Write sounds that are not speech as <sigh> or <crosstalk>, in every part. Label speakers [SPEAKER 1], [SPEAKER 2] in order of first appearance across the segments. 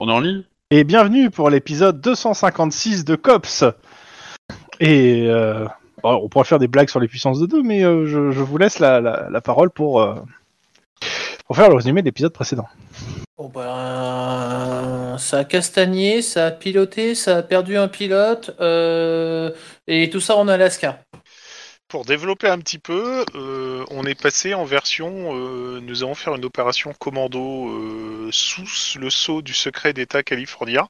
[SPEAKER 1] On est en ligne
[SPEAKER 2] Et bienvenue pour l'épisode 256 de Cops. Et euh, bon, on pourrait faire des blagues sur les puissances de 2, mais euh, je, je vous laisse la, la- la parole pour, euh, pour faire le résumé de l'épisode précédent.
[SPEAKER 3] Bon ben, ça a castagné, ça a piloté, ça a perdu un pilote, euh, et tout ça en Alaska.
[SPEAKER 4] Pour développer un petit peu, euh, on est passé en version. euh, nous allons faire une opération commando euh, sous le sceau du secret d'État californien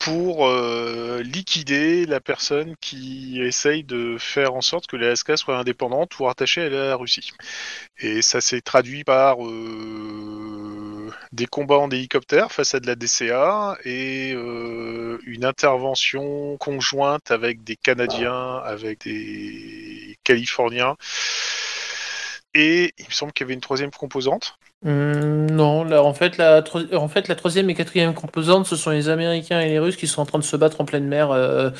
[SPEAKER 4] pour euh, liquider la personne qui essaye de faire en sorte que l'Alaska soit indépendante ou rattachée à la Russie. Et ça s'est traduit par euh, des combats en hélicoptère face à de la DCA et euh, une intervention conjointe avec des Canadiens, avec des Californiens. Et il me semble qu'il y avait une troisième composante.
[SPEAKER 3] Hum, non, là, en, fait, la tro- en fait, la troisième et quatrième composante, ce sont les Américains et les Russes qui sont en train de se battre en pleine mer euh,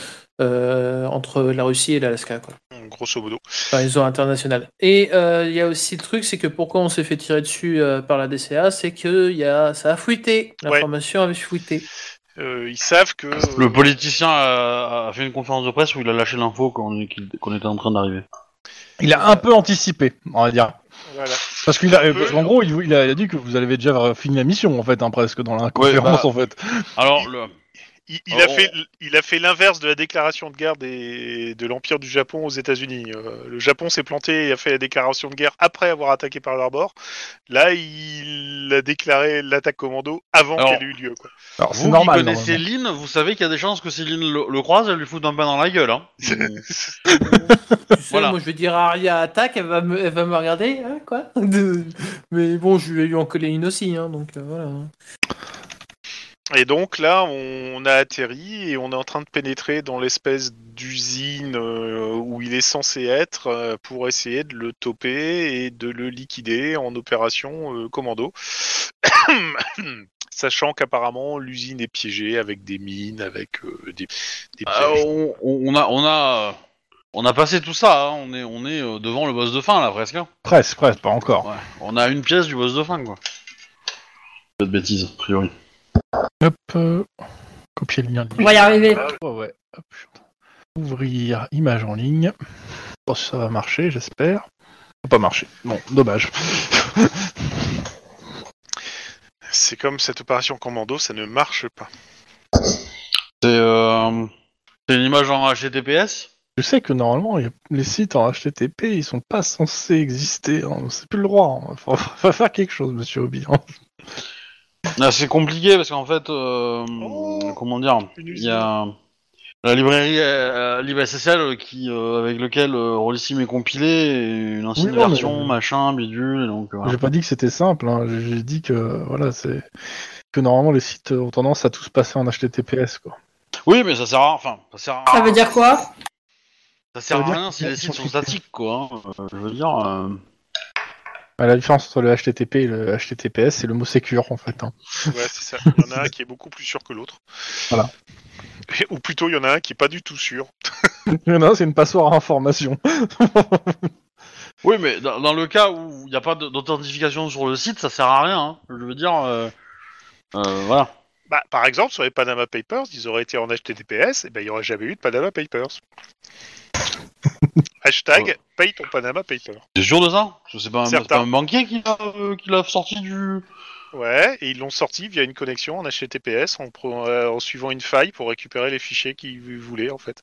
[SPEAKER 3] euh, entre la Russie et l'Alaska. quoi.
[SPEAKER 4] Grosso modo.
[SPEAKER 3] Enfin, les eaux internationales. Et euh, il y a aussi le truc, c'est que pourquoi on s'est fait tirer dessus euh, par la DCA, c'est que il y a... ça a fuité.
[SPEAKER 4] Ouais.
[SPEAKER 3] L'information avait fuité.
[SPEAKER 4] Euh, ils savent que.
[SPEAKER 1] Le politicien a, a fait une conférence de presse où il a lâché l'info qu'on qu'il- qu'on était en train d'arriver.
[SPEAKER 2] Il a un peu anticipé, on va dire.
[SPEAKER 4] Voilà.
[SPEAKER 2] Parce qu'il a,
[SPEAKER 4] Un peu.
[SPEAKER 2] parce qu'en gros, il, vous- il a, il a dit que vous avez déjà fini la mission, en fait, hein, presque, dans la conférence,
[SPEAKER 1] bah.
[SPEAKER 2] en fait.
[SPEAKER 1] Alors, le-
[SPEAKER 4] Il, il a
[SPEAKER 1] Oh.
[SPEAKER 4] fait, il a fait l'inverse de la déclaration de guerre des, de l'Empire du Japon aux États-Unis. Euh, le Japon s'est planté et a fait la déclaration de guerre après avoir attaqué Pearl Harbor. Là, il a déclaré l'attaque commando avant
[SPEAKER 1] Alors,
[SPEAKER 4] qu'elle ait eu lieu. quoi.
[SPEAKER 2] Alors, c'est
[SPEAKER 1] vous
[SPEAKER 2] normal.
[SPEAKER 1] qui connaissez
[SPEAKER 2] normalement.
[SPEAKER 1] Lynn, vous savez qu'il y a des chances que si Lynn le, le croise, elle lui fout un pain dans la gueule. Hein.
[SPEAKER 3] Tu sais,
[SPEAKER 1] Voilà.
[SPEAKER 3] moi je vais dire à Aria attaque, elle va me, elle va me regarder, hein, quoi. <laughs> De- Mais bon, je lui ai eu en coller une aussi, hein, donc euh, voilà.
[SPEAKER 4] Et donc là, on a atterri et on est en train de pénétrer dans l'espèce d'usine euh, où il est censé être euh, pour essayer de le toper et de le liquider en opération euh, commando. <coughs> Sachant qu'apparemment l'usine est piégée avec des mines, avec euh, des, des
[SPEAKER 1] Euh,
[SPEAKER 4] pièges.
[SPEAKER 1] on, on a, on a, euh, on a passé tout ça. hein. On est, on est euh, devant le boss de fin là presque. hein.
[SPEAKER 2] Presque, presque, pas encore.
[SPEAKER 1] Ouais. On a une pièce du boss de fin quoi. Pas de bêtises, a priori.
[SPEAKER 2] Hop, euh, copier le lien. de
[SPEAKER 5] On va y arriver.
[SPEAKER 2] Ouais, ouais. Hop, je suis en train Ouvrir image en ligne. Je pense que ça va marcher, j'espère. Ça a Pas marché. Bon, dommage.
[SPEAKER 4] C'est comme cette opération commando, ça ne marche pas.
[SPEAKER 1] C'est, euh, c'est une image en HTTPS.
[SPEAKER 2] Je sais que normalement, il y a- les sites en HTTP, ils sont pas censés exister. hein. C'est plus le droit. hein. Faut, faut faire quelque chose, monsieur Obi. hein.
[SPEAKER 1] Ah, c'est compliqué parce qu'en fait, euh,
[SPEAKER 4] Oh.
[SPEAKER 1] comment dire,
[SPEAKER 4] Une
[SPEAKER 1] il
[SPEAKER 4] usine.
[SPEAKER 1] y a la librairie euh, euh, LibSSL qui, euh, avec lequel euh, Rollissime est compilé, et une ancienne
[SPEAKER 2] Oui, non, mais-
[SPEAKER 1] version, machin, bidule, et donc euh, voilà.
[SPEAKER 2] J'ai pas dit que c'était simple. hein. J'ai j'ai dit que voilà, c'est que normalement les sites ont tendance à tous passer en HTTPS. Quoi.
[SPEAKER 1] Oui, mais ça sert à, enfin, ça sert à-
[SPEAKER 5] Ça veut dire quoi
[SPEAKER 1] Ça sert
[SPEAKER 2] Ça
[SPEAKER 1] à
[SPEAKER 2] veut dire
[SPEAKER 1] rien si
[SPEAKER 2] qu'ils
[SPEAKER 1] les sites
[SPEAKER 2] sont
[SPEAKER 1] sont statiques, quoi. hein. Euh, je veux dire. euh,
[SPEAKER 2] Ouais, la différence entre le HTTP et le HTTPS, c'est le mot secure en fait. hein.
[SPEAKER 4] <laughs>
[SPEAKER 2] <laughs>
[SPEAKER 4] Ouais, c'est <laughs> ça. Il y en a un qui est beaucoup plus sûr que l'autre.
[SPEAKER 2] Voilà.
[SPEAKER 4] Et- Ou plutôt, il y en a un qui est pas du tout sûr.
[SPEAKER 2] Il y en a un, c'est une passoire à information.
[SPEAKER 1] Oui, mais dans, dans le cas où il n'y a pas de- d'authentification sur le site, ça sert à rien. hein. Je veux dire. euh, euh, voilà.
[SPEAKER 4] Bah, par exemple, sur les Panama Papers, ils auraient été en HTTPS, et ben, il n'y aurait jamais eu de Panama Papers. Hashtag
[SPEAKER 1] Ouais.
[SPEAKER 4] paye ton Panama Paper.
[SPEAKER 1] T'es sûr de ça Parce que c'est pas, un-
[SPEAKER 4] Certain.
[SPEAKER 1] c'est pas un banquier qui l'a euh, qui l'a sorti du.
[SPEAKER 4] Ouais, et ils l'ont sorti via une connexion en HTTPS en, pro- euh, en suivant une faille pour récupérer les fichiers qu'ils voulaient en fait.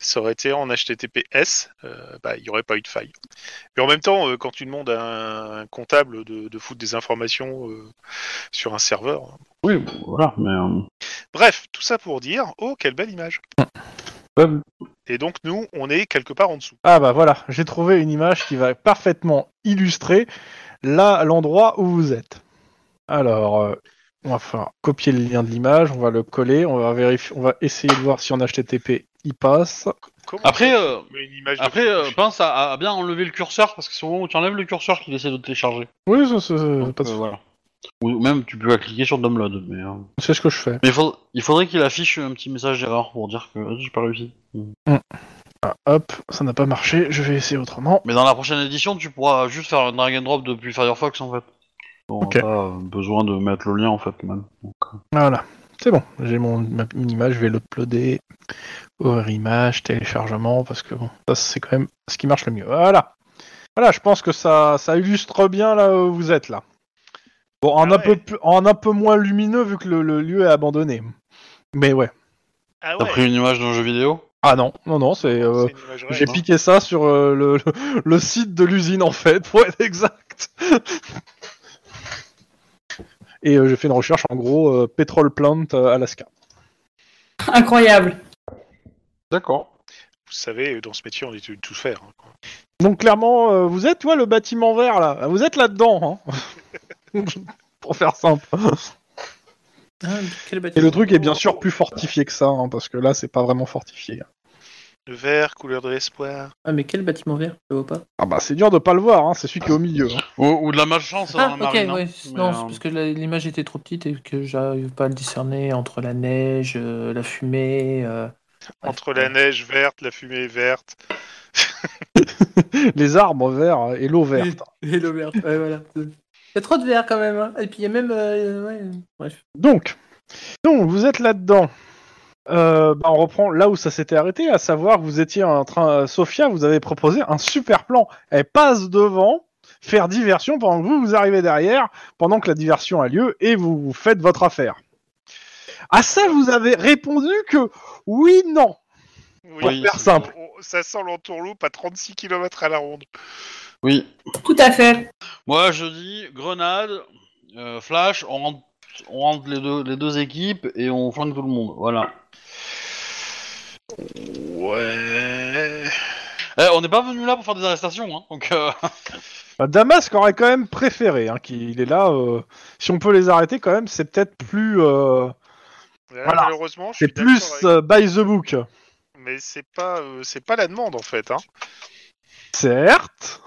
[SPEAKER 4] Ça aurait été en HTTPS, euh, bah, il n'y aurait pas eu de faille. Mais en même temps, euh, quand tu demandes à un comptable de, de foutre des informations euh, sur un serveur.
[SPEAKER 1] Oui, bon, voilà, mais. euh,
[SPEAKER 4] Bref, tout ça pour dire, oh, quelle belle image.
[SPEAKER 2] Hum.
[SPEAKER 1] ouais.
[SPEAKER 4] Et donc nous, on est quelque part en dessous.
[SPEAKER 2] Ah bah voilà, j'ai trouvé une image qui va parfaitement illustrer là l'endroit où vous êtes. Alors, euh, on va faire copier le lien de l'image, on va le coller, on va vérifier, on va essayer de voir si en HTTP il passe.
[SPEAKER 4] Comment
[SPEAKER 1] Après,
[SPEAKER 4] ça,
[SPEAKER 1] euh,
[SPEAKER 4] tu mets une image de
[SPEAKER 1] après
[SPEAKER 4] fou-
[SPEAKER 1] euh, pense à, à bien enlever le curseur, parce que c'est au moment où tu enlèves le curseur qu'il essaie de télécharger.
[SPEAKER 2] Oui, ça, ça- ça- pas de
[SPEAKER 1] Euh,
[SPEAKER 2] souci.
[SPEAKER 1] voilà. Ou même tu peux cliquer sur download, mais. euh,
[SPEAKER 2] c'est ce que je fais.
[SPEAKER 1] Mais il faudrait- il faudrait qu'il affiche un petit message d'erreur pour dire que euh, j'ai pas réussi.
[SPEAKER 2] Ah, hop, ça n'a pas marché, je vais essayer autrement.
[SPEAKER 1] Mais dans la prochaine édition, tu pourras juste faire un drag and drop depuis Firefox en fait. Bon,
[SPEAKER 2] Ok.
[SPEAKER 1] pas euh, besoin de mettre le lien en fait même. Donc, euh.
[SPEAKER 2] Voilà. C'est bon, j'ai mon ma- une image, je vais l'uploader. Horror image, téléchargement, parce que bon, ça c'est quand même ce qui marche le mieux. Voilà. Voilà, je pense que ça, ça illustre bien là où vous êtes là. Bon, en,
[SPEAKER 4] Ah
[SPEAKER 2] un, peu,
[SPEAKER 4] ouais.
[SPEAKER 2] plus- en un peu moins lumineux vu que le, le lieu est abandonné. Mais ouais.
[SPEAKER 4] Ah
[SPEAKER 1] T'as pris une image d'un jeu vidéo
[SPEAKER 2] Ah non, non, non, c'est. euh,
[SPEAKER 4] C'est une image
[SPEAKER 2] j'ai
[SPEAKER 4] réelle, hein.
[SPEAKER 2] piqué ça sur euh, le, le- le site de l'usine en fait, <laughs> pour être exact. Et euh, j'ai fait une recherche en gros euh, pétrole plant euh, Alaska.
[SPEAKER 5] Incroyable.
[SPEAKER 1] D'accord.
[SPEAKER 4] Vous savez, dans ce métier, on est tenu de tout faire. hein, quoi.
[SPEAKER 2] Donc clairement, euh, vous êtes, ouais, le bâtiment vert là. Vous êtes là-dedans, hein. <laughs> Pour faire simple.
[SPEAKER 3] Hein, quel
[SPEAKER 2] Et
[SPEAKER 3] bâtiment
[SPEAKER 2] le truc est bien sûr plus fortifié que ça, hein, parce que là, c'est pas vraiment fortifié.
[SPEAKER 4] Le vert, couleur de l'espoir.
[SPEAKER 3] Ah, mais quel bâtiment vert Je le vois pas.
[SPEAKER 2] Ah bah c'est dur de pas le voir, hein. c'est celui qui est au milieu. hein.
[SPEAKER 1] Ou, ou de la malchance dans
[SPEAKER 3] Ah,
[SPEAKER 1] la
[SPEAKER 3] ok,
[SPEAKER 1] marine. hein.
[SPEAKER 3] ouais.
[SPEAKER 1] Mais,
[SPEAKER 3] Non,
[SPEAKER 1] euh,
[SPEAKER 3] c'est parce que la- l'image était trop petite et que j'arrive pas à le discerner entre la neige, euh, la fumée. euh,
[SPEAKER 4] Entre
[SPEAKER 3] ouais.
[SPEAKER 4] la neige verte, la fumée verte.
[SPEAKER 2] Les arbres verts et l'eau verte.
[SPEAKER 3] Et, et le vert, ouais, voilà. Il y a trop de vert quand même. hein. Et puis il y a même. euh, ouais, bref.
[SPEAKER 2] Donc, donc vous êtes là-dedans. Euh, bah, on reprend là où ça s'était arrêté, à savoir que vous étiez en train, euh, Sophia vous avez proposé un super plan. Elle passe devant, faire diversion pendant que vous vous arrivez derrière, pendant que la diversion a lieu et vous, vous faites votre affaire. À ça vous avez répondu que oui non.
[SPEAKER 1] Oui,
[SPEAKER 2] faire
[SPEAKER 1] c'est-
[SPEAKER 2] simple.
[SPEAKER 4] on- ça sent l'entourloupe à 36 km à la ronde.
[SPEAKER 1] Oui.
[SPEAKER 5] Tout à
[SPEAKER 3] <laughs>
[SPEAKER 5] fait.
[SPEAKER 1] Moi, je dis grenade, euh, flash, on rentre, on rentre les, deux, les deux équipes et on flingue tout le monde. Voilà.
[SPEAKER 4] Ouais.
[SPEAKER 1] Eh, on n'est pas venu là pour faire des arrestations, hein, donc. euh,
[SPEAKER 2] Bah, Damasque aurait quand même préféré hein, qu'il est là. euh, si on peut les arrêter quand même, c'est peut-être plus, euh,
[SPEAKER 4] Là,
[SPEAKER 2] Voilà.
[SPEAKER 4] Malheureusement, je
[SPEAKER 2] c'est
[SPEAKER 4] suis d'accord
[SPEAKER 2] plus
[SPEAKER 4] avec-
[SPEAKER 2] euh, by the book.
[SPEAKER 4] Mais c'est pas, euh, c'est pas la demande en fait. Hein.
[SPEAKER 2] Certes.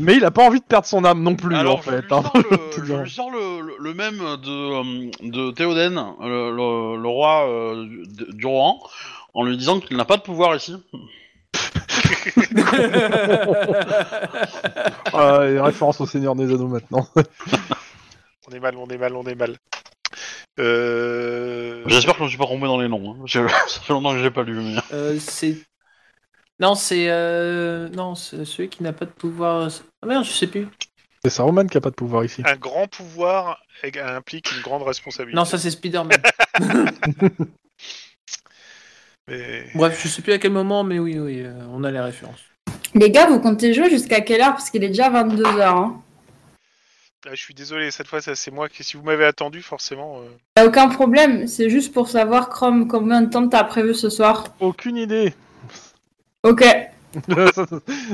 [SPEAKER 2] Mais il a pas envie de perdre son âme non plus, en
[SPEAKER 1] <laughs> Alors, je
[SPEAKER 2] fait.
[SPEAKER 1] lui
[SPEAKER 2] hein. <laughs>
[SPEAKER 1] sors le-
[SPEAKER 2] Tout
[SPEAKER 1] je
[SPEAKER 2] bien.
[SPEAKER 1] lui sors le, le- le même de, euh, de Théoden, le, le- le roi euh, du, du Rohan, en lui disant qu'il n'a pas de pouvoir ici.
[SPEAKER 2] Ah, et référence au Seigneur des Anneaux maintenant.
[SPEAKER 4] On est mal, on est mal, on est mal. Euh...
[SPEAKER 1] J'espère que je ne me suis pas trompé dans les noms. hein. Je- Ça fait longtemps que <laughs> je l'ai pas lu. mais-
[SPEAKER 3] Euh, c'est. Non, c'est. euh, Non, c'est celui qui n'a pas de pouvoir. Ah merde, je sais plus.
[SPEAKER 2] C'est Saruman qui a pas de pouvoir ici.
[SPEAKER 4] Un grand pouvoir ég- implique une grande responsabilité.
[SPEAKER 3] Non, ça
[SPEAKER 2] <laughs>
[SPEAKER 3] c'est Spider-Man.
[SPEAKER 4] Mais-
[SPEAKER 3] bref, je sais plus à quel moment, mais oui, oui, euh, on a les références.
[SPEAKER 5] Les gars, vous comptez jouer jusqu'à quelle heure Parce qu'il est déjà 22h. Hein.
[SPEAKER 4] Ah, je suis désolé, cette fois ça, c'est moi qui, si vous m'avez attendu, forcément. euh,
[SPEAKER 5] T'as aucun problème, c'est juste pour savoir, Chrome, combien de temps t'as prévu ce soir.
[SPEAKER 2] <laughs> Aucune <laughs> idée.
[SPEAKER 5] Ok,
[SPEAKER 2] ça,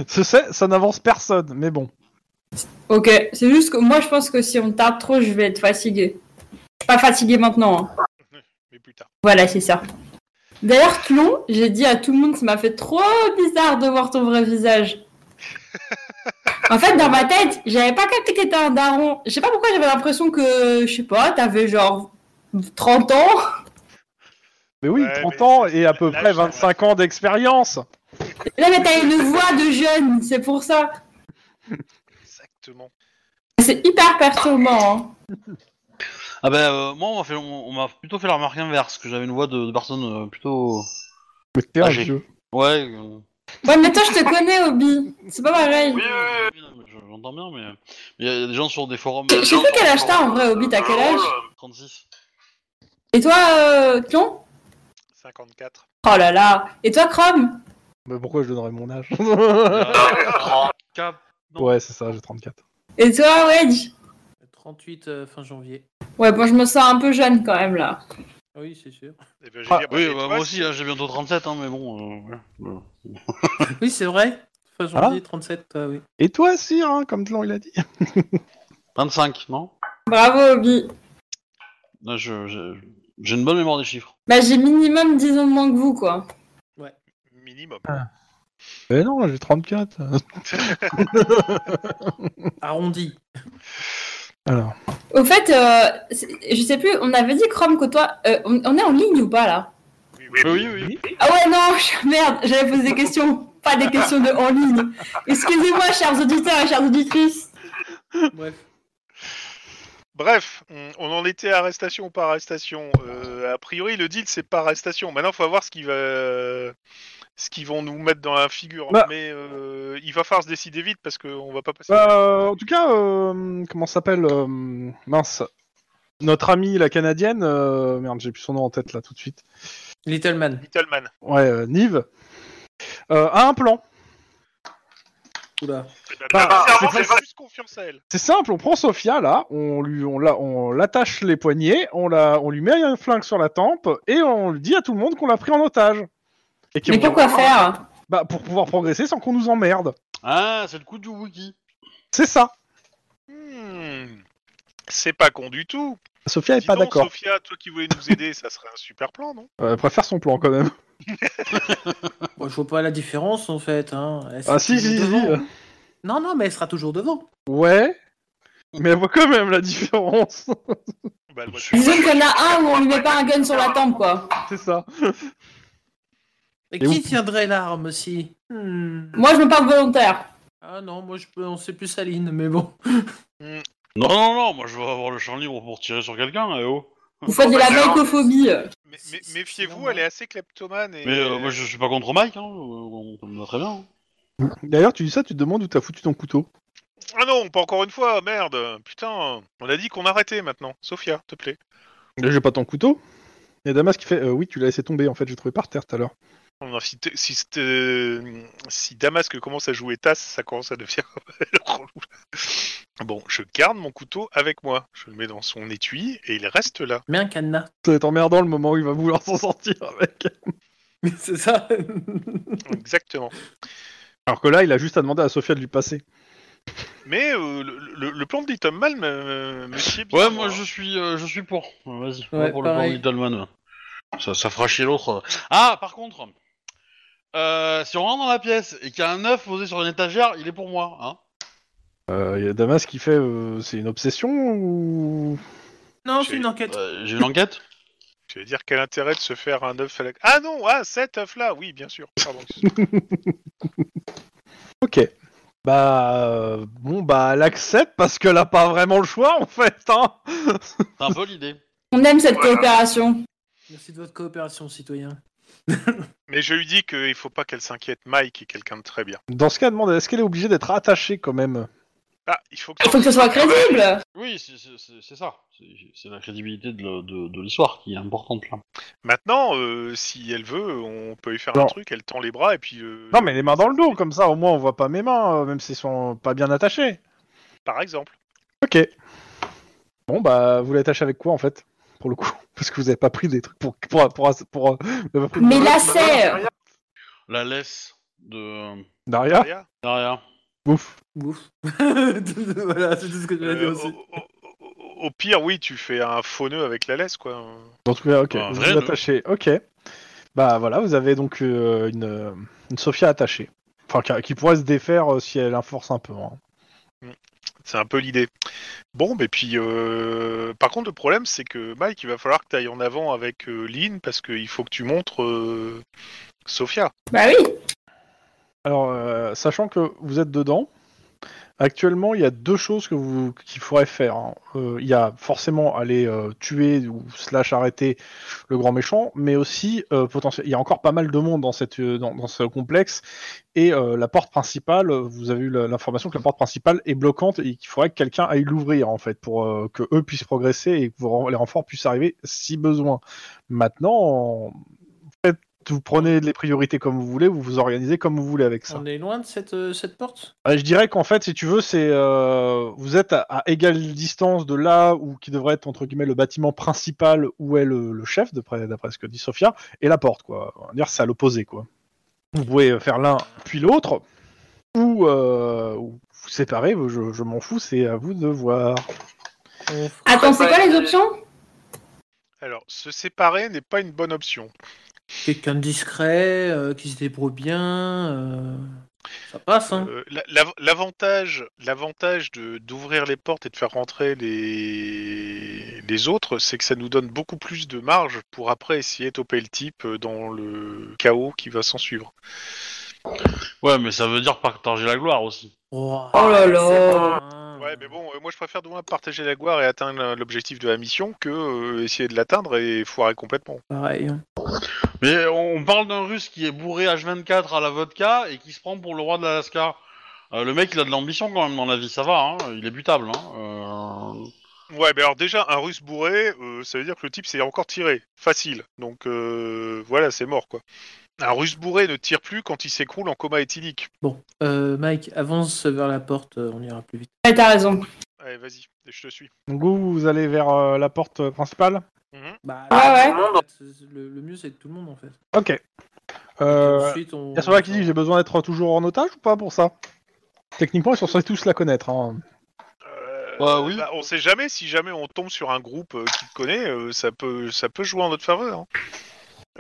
[SPEAKER 2] ça- ça- ça n'avance personne, mais bon.
[SPEAKER 5] ok. C'est juste que moi, je pense que si on tarde trop, je vais être fatiguée. Je suis pas fatiguée maintenant. hein.
[SPEAKER 4] Mais plus tard.
[SPEAKER 5] Voilà, c'est ça. D'ailleurs, Clon, j'ai dit à tout le monde, ça m'a fait trop bizarre de voir ton vrai visage. En fait, dans ma tête, j'avais pas capté que t'étais un daron. Je sais pas pourquoi j'avais l'impression que, je sais pas, t'avais genre 30 ans.
[SPEAKER 2] Mais oui,
[SPEAKER 4] Ouais,
[SPEAKER 2] 30
[SPEAKER 4] mais
[SPEAKER 2] ans
[SPEAKER 4] c'est-
[SPEAKER 2] et à peu
[SPEAKER 4] l'âge,
[SPEAKER 2] près
[SPEAKER 4] ça va.
[SPEAKER 2] 25 ans d'expérience.
[SPEAKER 5] Là, mais t'as une voix de jeune, c'est pour ça.
[SPEAKER 4] Exactement.
[SPEAKER 5] C'est hyper perturbant. hein.
[SPEAKER 1] Ah ben, euh, moi, on m'a fait, on, on m'a plutôt fait la remarque inverse, que j'avais une voix de, de personne euh, plutôt.
[SPEAKER 2] Mais t'es un
[SPEAKER 1] Ah, j'ai-
[SPEAKER 2] vieux.
[SPEAKER 1] Ouais. euh,
[SPEAKER 5] Ouais, mais toi, je te connais, Obi. C'est pas pareil.
[SPEAKER 1] Oui, oui, oui, je- j'entends bien, mais il y, a- y a des gens sur des forums. euh,
[SPEAKER 5] Je sais plus quel âge t'as en vrai, Obi, t'as quel âge
[SPEAKER 1] 36.
[SPEAKER 5] Et toi, euh, Clon
[SPEAKER 4] 54.
[SPEAKER 5] Oh là là. Et toi, Chrome
[SPEAKER 2] Mais pourquoi je donnerais mon
[SPEAKER 1] <laughs>
[SPEAKER 2] âge <laughs>
[SPEAKER 1] Euh, cap- non.
[SPEAKER 2] Ouais, c'est ça, j'ai 34.
[SPEAKER 5] Et toi, Wedge
[SPEAKER 3] 38 euh, fin janvier. Ah
[SPEAKER 5] Ouais, bon, je me sens un peu jeune quand même là.
[SPEAKER 3] Oui,
[SPEAKER 2] <laughs>
[SPEAKER 3] c'est sûr.
[SPEAKER 4] Eh ben, je
[SPEAKER 2] Ah,
[SPEAKER 4] vais dire,
[SPEAKER 1] Oui,
[SPEAKER 4] bah, et
[SPEAKER 1] bah,
[SPEAKER 4] toi,
[SPEAKER 1] moi
[SPEAKER 4] si-
[SPEAKER 1] aussi, hein, j'ai bientôt 37, hein, mais bon. euh, voilà. Voilà.
[SPEAKER 3] Oui, c'est vrai. Fin
[SPEAKER 2] Ah
[SPEAKER 3] janvier 37, euh, oui.
[SPEAKER 2] Et toi, Sire, hein, comme Tlon il a dit.
[SPEAKER 1] 25, non
[SPEAKER 5] Bravo, Obi.
[SPEAKER 1] Là, je- je- J'ai une bonne mémoire des chiffres.
[SPEAKER 5] Bah, j'ai minimum 10 ans de moins que vous, quoi.
[SPEAKER 1] hein.
[SPEAKER 4] Minimum.
[SPEAKER 2] Ah. Mais non, j'ai 34.
[SPEAKER 3] Arrondi.
[SPEAKER 2] Alors.
[SPEAKER 5] Au fait, euh, c'est- je sais plus, on avait dit, Chrome, que toi. euh, on, on est en ligne ou pas là
[SPEAKER 4] Oui,
[SPEAKER 1] Oui, oui, oui.
[SPEAKER 5] Ah ouais, non, <laughs> je- merde, j'avais posé des questions. Pas des questions de en ligne. Excusez-moi, chers auditeurs et chères auditrices.
[SPEAKER 3] Bref.
[SPEAKER 4] Bref, on, on en était à arrestation par arrestation. Euh, a priori, le deal, c'est par arrestation. Maintenant, faut voir ce qu'ils va... ce qu'ils vont nous mettre dans la figure.
[SPEAKER 2] Bah.
[SPEAKER 4] Mais euh, il va falloir se décider vite parce qu'on va pas passer.
[SPEAKER 2] Bah, euh, en tout cas, euh, comment ça s'appelle euh, Mince. Notre amie la canadienne, euh, merde, j'ai plus son nom en tête là tout de suite.
[SPEAKER 3] Little Man.
[SPEAKER 4] Mittelman.
[SPEAKER 2] Ouais, euh, Nive, euh, a un plan.
[SPEAKER 3] Oula.
[SPEAKER 2] Bah,
[SPEAKER 4] Sincèrement,
[SPEAKER 2] c'est
[SPEAKER 4] j'ai
[SPEAKER 2] pas-
[SPEAKER 4] plus confiance à elle.
[SPEAKER 2] C'est simple, on prend Sofia là, on lui, on la, on l'attache les poignets, on la, on lui met un flingue sur la tempe et on lui dit à tout le monde qu'on l'a pris en otage. Et qu'on-
[SPEAKER 5] Mais pourquoi faire
[SPEAKER 2] Bah pour pouvoir progresser sans qu'on nous emmerde.
[SPEAKER 1] Ah, c'est le coup du wiki.
[SPEAKER 2] C'est ça.
[SPEAKER 4] Hmm. C'est pas con du tout.
[SPEAKER 2] Sofia est
[SPEAKER 4] Dis
[SPEAKER 2] pas
[SPEAKER 4] donc,
[SPEAKER 2] d'accord.
[SPEAKER 4] Sophia, toi qui voulais nous aider, ça serait un super plan, non
[SPEAKER 2] Euh, elle préfère son plan quand même.
[SPEAKER 3] Bon, je vois pas la différence en fait. Hein. Elle sera
[SPEAKER 2] Ah si si
[SPEAKER 3] toujours
[SPEAKER 2] si.
[SPEAKER 3] devant.
[SPEAKER 2] euh,
[SPEAKER 3] Non, non, mais elle sera toujours devant.
[SPEAKER 2] Ouais. Mais elle voit quand même la différence. <laughs>
[SPEAKER 4] Bah, elle voit-
[SPEAKER 5] Disons qu'il y en a un où on lui met pas un gun sur la tempe, quoi.
[SPEAKER 2] C'est ça. Et
[SPEAKER 3] Mais qui
[SPEAKER 2] où-
[SPEAKER 3] tiendrait l'arme aussi Hmm.
[SPEAKER 5] Moi, je me parle volontaire.
[SPEAKER 3] Ah non, moi je peux, on sait plus Saline, mais bon.
[SPEAKER 1] Non, non, non, moi je veux avoir le champ libre pour tirer sur quelqu'un, eh oh.
[SPEAKER 5] Vous faites de la maïcophobie.
[SPEAKER 4] Mais-
[SPEAKER 3] C'est-
[SPEAKER 4] mais-
[SPEAKER 3] c'est-
[SPEAKER 4] Méfiez-vous,
[SPEAKER 3] c'est
[SPEAKER 4] elle est assez kleptomane. Et...
[SPEAKER 1] Mais euh, moi je suis pas contre Mike, hein. on, on me va très bien. hein.
[SPEAKER 2] D'ailleurs, tu dis ça, tu te demandes où t'as foutu ton couteau.
[SPEAKER 4] Ah non, pas encore une fois, merde. Putain, on a dit qu'on arrêtait maintenant. Sophia, te plaît.
[SPEAKER 2] Là, j'ai pas ton couteau. Il y a Damas qui fait euh, Oui, tu l'as laissé tomber, en fait, j'ai trouvé par terre tout à l'heure.
[SPEAKER 4] Oh, Non, non, si, t- si, t- euh, si Damasque commence à jouer tasse, ça commence à devenir <laughs> relou. Bon, je garde mon couteau avec moi. Je le mets dans son étui et il reste là.
[SPEAKER 1] <laughs>
[SPEAKER 3] Mais un cadenas.
[SPEAKER 2] Ça va être emmerdant le moment où il va vouloir s'en sortir <laughs> avec.
[SPEAKER 3] <laughs> Mais c'est ça.
[SPEAKER 4] Exactement.
[SPEAKER 2] Alors que là, il a juste à demander à Sofia de lui passer.
[SPEAKER 4] Mais euh, le, le- le plan de euh, Little Man me, me sied bien,
[SPEAKER 1] Ouais, moi je suis, euh, je suis pour. Euh, Vas-y,
[SPEAKER 3] Ouais,
[SPEAKER 1] pour le plan
[SPEAKER 3] pareil.
[SPEAKER 1] Little Man. ouais. Ça, ça fera chier l'autre. Ah, par contre, euh, si on rentre dans la pièce et qu'il y a un œuf posé sur une étagère, il est pour moi, hein.
[SPEAKER 2] Euh, Il y a Damas qui fait euh, C'est une obsession ou.
[SPEAKER 3] non,
[SPEAKER 4] J'ai-
[SPEAKER 3] c'est une enquête.
[SPEAKER 1] Euh, J'ai une enquête.
[SPEAKER 4] Je veux dire, quel intérêt de se faire un œuf à la... Ah non, ah, cet œuf-là, oui, bien sûr. Pardon.
[SPEAKER 2] <laughs> Ok. Bah. euh, bon, bah, elle accepte parce qu'elle a pas vraiment le choix, en fait, hein
[SPEAKER 1] C'est un peu l'idée.
[SPEAKER 5] On aime cette coopération.
[SPEAKER 3] Merci de votre coopération, citoyen.
[SPEAKER 4] Mais je lui dis qu'il faut pas qu'elle s'inquiète. Mike est quelqu'un de très bien.
[SPEAKER 2] Dans ce cas, elle demande Est-ce qu'elle est obligée d'être attachée quand même
[SPEAKER 4] Ah, il faut que...
[SPEAKER 5] Il faut que ce soit crédible.
[SPEAKER 1] Oui, c'est- c'est c'est- c'est ça. C'est- C'est la crédibilité de, le- de- de l'histoire qui est importante là.
[SPEAKER 4] Maintenant, euh, si elle veut, on peut lui faire
[SPEAKER 2] Non.
[SPEAKER 4] un truc. Elle tend les bras et puis... euh,
[SPEAKER 2] Non, mais les mains dans le dos, comme ça, au moins, on voit pas mes mains, euh, même si elles sont pas bien attachées.
[SPEAKER 4] Par exemple.
[SPEAKER 2] Ok. Bon, bah, vous l'attachez avec quoi en fait Pour le coup <laughs> Parce que vous avez pas pris des trucs pour. pour, pour, pour, vous avez pas pris de-
[SPEAKER 5] Mais là, c'est.
[SPEAKER 1] La laisse de
[SPEAKER 2] Daria
[SPEAKER 4] Daria
[SPEAKER 1] derrière.
[SPEAKER 2] Ouf.
[SPEAKER 3] Ouf. <laughs> voilà, c'est tout ce que je voulais dire
[SPEAKER 4] Euh,
[SPEAKER 3] aussi.
[SPEAKER 4] au, au- au- au pire, oui, tu fais un faux nœud avec la laisse, quoi.
[SPEAKER 2] Dans tous les cas, ok.
[SPEAKER 1] Un
[SPEAKER 2] vous
[SPEAKER 1] vrai
[SPEAKER 2] vous attachez, ok. Bah voilà, vous avez donc euh, une, une Sophia attachée. Enfin, qui, qui pourrait se défaire euh, si elle enforce un peu. hein.
[SPEAKER 4] C'est un peu l'idée. Bon, mais puis, euh, par contre, le problème, c'est que Mike, il va falloir que tu ailles en avant avec euh, Lynn parce qu'il faut que tu montres euh, Sophia.
[SPEAKER 5] Bah oui.
[SPEAKER 2] Alors, euh, sachant que vous êtes dedans, actuellement, il y a deux choses que vous qu'il faudrait faire. hein. Euh, il y a forcément aller euh, tuer ou slash arrêter le grand méchant, mais aussi euh, potentie- Il y a encore pas mal de monde dans cette euh, dans, dans ce complexe et euh, la porte principale. euh, Vous avez eu la- l'information que la porte principale est bloquante et qu'il faudrait que quelqu'un aille l'ouvrir en fait pour euh, que eux puissent progresser et que vos ren- les renforts puissent arriver si besoin. Maintenant. faites- Vous prenez les priorités comme vous voulez, vous vous organisez comme vous voulez avec ça.
[SPEAKER 3] On est loin de cette, euh, cette porte
[SPEAKER 2] Euh, Je dirais qu'en fait, si tu veux, c'est euh, vous êtes à, à égale distance de là où qui devrait être entre guillemets le bâtiment principal où est le, le chef, de près- d'après ce que dit Sofia, et la porte quoi. On va dire c'est à l'opposé quoi. Vous pouvez euh, faire l'un puis l'autre ou, euh, ou vous séparer. Je, je m'en fous, c'est à vous de voir.
[SPEAKER 3] On fera-
[SPEAKER 5] Attends, c'est quoi les options
[SPEAKER 4] Alors, se séparer n'est pas une bonne option.
[SPEAKER 3] Quelqu'un de discret, euh, qui se débrouille bien. euh, Ça passe, hein.
[SPEAKER 4] Euh, la- la- L'avantage, l'avantage de d'ouvrir les portes et de faire rentrer les les autres, c'est que ça nous donne beaucoup plus de marge pour après essayer de toper le type euh, dans le chaos qui va s'en suivre.
[SPEAKER 1] Ouais, mais ça veut dire partager la gloire aussi.
[SPEAKER 3] Oh,
[SPEAKER 5] Oh là là.
[SPEAKER 3] c'est pas-
[SPEAKER 4] Ouais, mais bon, euh, moi je préfère de loin partager la gloire et atteindre euh, l'objectif de la mission que euh, essayer de l'atteindre et foirer complètement.
[SPEAKER 3] Pareil. hein.
[SPEAKER 1] Mais on on parle d'un russe qui est bourré H24 à la vodka et qui se prend pour le roi de l'Alaska. Euh, le mec, il a de l'ambition quand même dans la vie, ça va, hein, il est butable. Hein, euh,
[SPEAKER 4] Ouais, mais alors déjà, un russe bourré, euh, ça veut dire que le type s'est encore tiré. Facile. Donc euh, voilà, c'est mort quoi. Un russe bourré ne tire plus quand il s'écroule en coma éthylique.
[SPEAKER 3] Bon, euh, Mike, avance vers la porte, euh, on ira plus vite.
[SPEAKER 5] Ouais, t'as raison.
[SPEAKER 4] Allez, vas-y, je te suis.
[SPEAKER 2] Donc vous, vous allez vers euh, la porte euh, principale
[SPEAKER 3] Bah,
[SPEAKER 5] Ouais, ouais.
[SPEAKER 3] tout le monde, en fait, le, le mieux c'est que tout le monde en fait.
[SPEAKER 2] Ok. Euh,
[SPEAKER 3] Ensuite, on...
[SPEAKER 2] il y a Sora qui dit j'ai besoin d'être toujours en otage ou pas pour ça Techniquement, ils sont censés tous la connaître. Hein.
[SPEAKER 4] Euh,
[SPEAKER 1] Bah oui.
[SPEAKER 4] on sait jamais, si jamais on tombe sur un groupe euh, qui te connaît, euh, ça, peut, ça peut jouer en notre faveur. hein.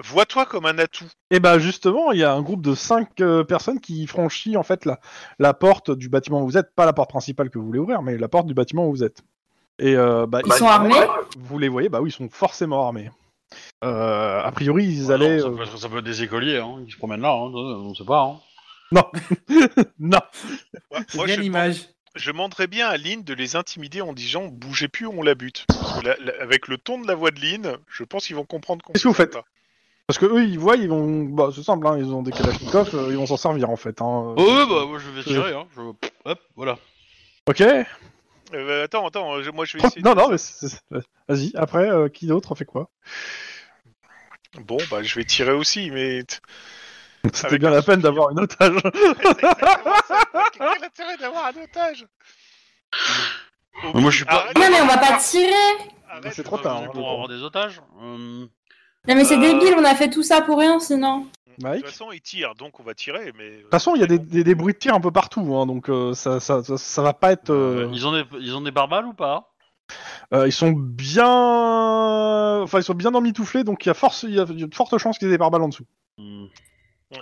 [SPEAKER 4] Vois-toi comme un atout.
[SPEAKER 2] Et bah justement, il y a un groupe de 5 personnes qui franchit en fait la, la porte du bâtiment où vous êtes, pas la porte principale que vous voulez ouvrir, mais la porte du bâtiment où vous êtes. Et euh, bah,
[SPEAKER 5] Ils sont armés
[SPEAKER 2] Vous les voyez, bah oui, ils sont forcément armés. Euh, a priori, ils
[SPEAKER 1] ouais,
[SPEAKER 2] allaient.
[SPEAKER 1] non, ça,
[SPEAKER 2] euh,
[SPEAKER 1] peut être, ça peut être des écoliers, hein, ils se promènent là, hein, on sait pas. Hein.
[SPEAKER 2] Non.
[SPEAKER 4] Ouais,
[SPEAKER 3] C'est
[SPEAKER 4] moi,
[SPEAKER 3] bien
[SPEAKER 4] je,
[SPEAKER 3] l'image.
[SPEAKER 4] je demanderais bien à Lynn de les intimider en disant bougez plus, on la bute. Parce que la- la- avec le ton de la voix de Lynn, je pense qu'ils vont comprendre qu'on.
[SPEAKER 2] Qu'est-ce que vous faites
[SPEAKER 4] pas.
[SPEAKER 2] Parce que eux, ils voient, ils vont. Bah, c'est simple, hein, ils ont des kalachnikovs, euh, ils vont s'en servir en fait. Hein.
[SPEAKER 1] Oh, ouais, bah, moi, je vais tirer, hein, je... hop, voilà.
[SPEAKER 2] Ok.
[SPEAKER 4] Euh, attends, attends, je- moi je vais
[SPEAKER 2] Pro-
[SPEAKER 4] essayer.
[SPEAKER 2] Oh, Non, non, mais c'est- c'est- vas-y. Après, euh, qui d'autre fait quoi
[SPEAKER 4] Bon, bah je vais tirer aussi, mais.
[SPEAKER 2] <laughs> C'était
[SPEAKER 4] Avec
[SPEAKER 2] bien
[SPEAKER 4] un
[SPEAKER 2] la peine
[SPEAKER 4] sourire.
[SPEAKER 2] d'avoir une otage.
[SPEAKER 4] C'est
[SPEAKER 2] Ah,
[SPEAKER 4] exactement ça. Quel est l'intérêt d'avoir un otage
[SPEAKER 1] Mais moi, je suis pas-
[SPEAKER 4] Arrête-
[SPEAKER 5] Non, mais on va pas tirer
[SPEAKER 4] arrête
[SPEAKER 2] C'est
[SPEAKER 4] de
[SPEAKER 2] trop tard,
[SPEAKER 4] me-
[SPEAKER 2] hein.
[SPEAKER 1] pour avoir des otages. euh,
[SPEAKER 5] Non, mais c'est
[SPEAKER 4] Euh.
[SPEAKER 5] débile, on a fait tout ça pour rien sinon.
[SPEAKER 4] De
[SPEAKER 2] Mike
[SPEAKER 4] toute façon, il tire, donc on va tirer, mais.
[SPEAKER 2] De toute façon, il y a des, des- des bruits de tir un peu partout, hein, donc euh, ça, ça, ça, ça va pas être. euh,
[SPEAKER 1] Ils ont des, ils ont des barbales ou pas
[SPEAKER 2] euh, ils sont bien, enfin ils sont bien emmitouflés, donc il y a force, il y a de fortes chances qu'ils aient des pare-balles en dessous.
[SPEAKER 1] Hmm.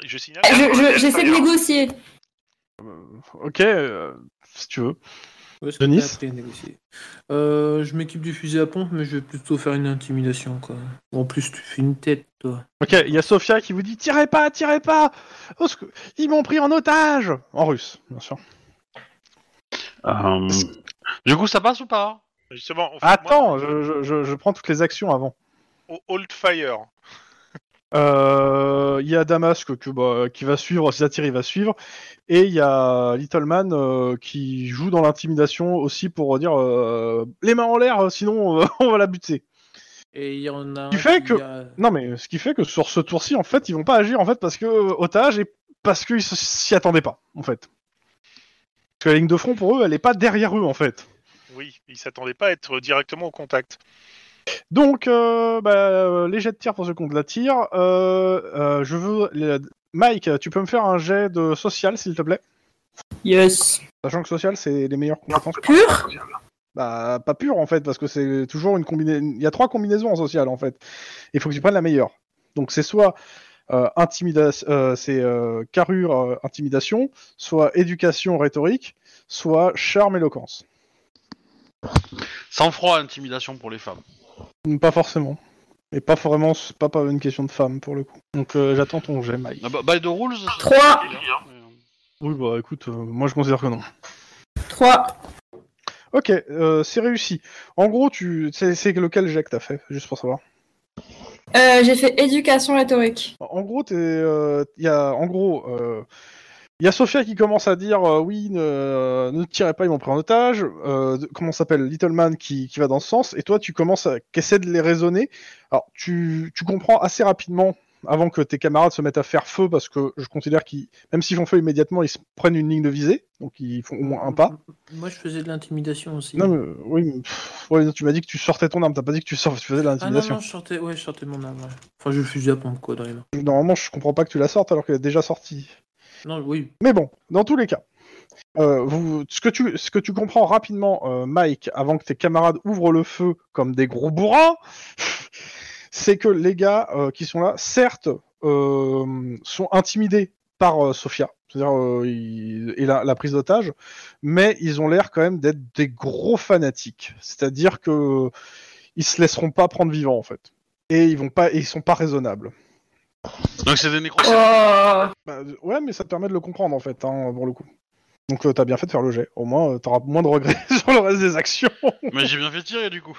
[SPEAKER 4] Je signale.
[SPEAKER 5] Je- je- J'essaie de négocier.
[SPEAKER 2] Ok, euh, si tu veux.
[SPEAKER 3] Où est-ce que t'as
[SPEAKER 2] Denis
[SPEAKER 3] appris à négocier Euh, je m'équipe du fusil à pompe, mais je vais plutôt faire une intimidation quoi. En plus, tu fais une tête toi.
[SPEAKER 2] Ok, il y a Sofia qui vous dit tirez pas, tirez pas. Au secours, Ils m'ont pris en otage, en russe, bien sûr.
[SPEAKER 1] Euh, Du coup, ça passe ou pas
[SPEAKER 4] Justement, on fait-
[SPEAKER 2] Attends,
[SPEAKER 4] moi,
[SPEAKER 2] je, je- je- je prends toutes les actions avant.
[SPEAKER 4] au- Hold fire.
[SPEAKER 2] Euh, Il y a Damas que, que, bah, qui va suivre, si ça tire, il va suivre. Et il y a Little Man euh, qui joue dans l'intimidation aussi pour dire euh, les mains en l'air, sinon euh, <laughs> on va la buter.
[SPEAKER 3] Et il y en a.
[SPEAKER 2] Tu
[SPEAKER 3] un
[SPEAKER 2] fais
[SPEAKER 3] qui
[SPEAKER 2] que-
[SPEAKER 3] a-
[SPEAKER 2] Non, mais ce qui fait que sur ce tour-ci, en fait, ils vont pas agir en fait parce que euh, otage et parce qu'ils s- s'y attendaient pas en fait. Parce que la ligne de front pour eux, elle est pas derrière eux en fait.
[SPEAKER 4] Oui, il s'attendait pas à être directement au contact.
[SPEAKER 2] Donc, euh, bah, euh, les jets de tir pour ceux qui ont de la tire. Euh, euh, je veux. les- Mike, tu peux me faire un jet de social, s'il te plaît
[SPEAKER 5] Yes.
[SPEAKER 2] Sachant que social, c'est les meilleures compétences.
[SPEAKER 5] Pur
[SPEAKER 2] Bah, pas pur en fait, parce que c'est toujours une combinaison. Il y a trois combinaisons en social en fait. Il faut que tu prennes la meilleure. Donc, c'est soit euh, intimidation, c'est euh, carrure, euh, intimidation, soit éducation, rhétorique, soit charme, éloquence.
[SPEAKER 1] Sans froid, intimidation pour les femmes.
[SPEAKER 2] Pas forcément. Et pas vraiment, c'est pas, pas une question de femme pour le coup. Donc, euh, j'attends ton jet, Mike.
[SPEAKER 1] Ah bah, By the rules ça- hein,
[SPEAKER 5] Trois.
[SPEAKER 1] euh.
[SPEAKER 2] Oui, bah écoute, euh, moi je considère que non.
[SPEAKER 5] 3.
[SPEAKER 2] Ok, euh, c'est réussi. En gros, tu, c'est c'est lequel jet que t'as fait, juste pour savoir.
[SPEAKER 5] Euh, j'ai fait éducation rhétorique.
[SPEAKER 2] En gros, t'es, euh, y a, en gros, il y a Sofia qui commence à dire euh, oui, ne, ne tirez pas, ils m'ont pris en otage. Euh, de- comment ça s'appelle, Little Man qui, qui va dans ce sens. Et toi, tu commences à essayer de les raisonner. Alors, tu, tu comprends assez rapidement avant que tes camarades se mettent à faire feu parce que je considère qu'ils, même s'ils font feu immédiatement, ils se prennent une ligne de visée, donc ils font au moins un pas.
[SPEAKER 3] Moi, je faisais de l'intimidation aussi.
[SPEAKER 2] Non, mais oui, mais, pff, ouais, non, tu m'as dit que tu sortais ton arme, t'as pas dit que tu, sors- tu faisais de
[SPEAKER 3] Ah non,
[SPEAKER 2] l'intimidation.
[SPEAKER 3] non, je sortais, ouais, je sortais mon arme. ouais. Enfin, j'ai le fusil à pompe quoi dans les mains.
[SPEAKER 2] Normalement, je comprends pas que tu la sortes alors qu'elle est déjà sortie.
[SPEAKER 3] Non, oui.
[SPEAKER 2] Mais bon, dans tous les cas, euh, vous, ce, que tu, ce que tu comprends rapidement, euh, Mike, avant que tes camarades ouvrent le feu comme des gros bourrins, <laughs> c'est que les gars euh, qui sont là, certes, euh, sont intimidés par euh, Sofia, c'est-à-dire euh, ils- et la, la prise d'otage, mais ils ont l'air quand même d'être des gros fanatiques, c'est-à-dire que ils se laisseront pas prendre vivant en fait, et ils vont pas, et ils sont pas raisonnables.
[SPEAKER 1] Donc c'est des nécrosiens.
[SPEAKER 5] Oh.
[SPEAKER 2] Bah, euh, ouais, mais ça te permet de le comprendre en fait, hein, pour le coup. Donc euh, t'as bien fait de faire le jet. Au moins, euh, t'auras moins de regrets <laughs> sur le reste des actions.
[SPEAKER 1] Mais j'ai bien fait tirer du coup.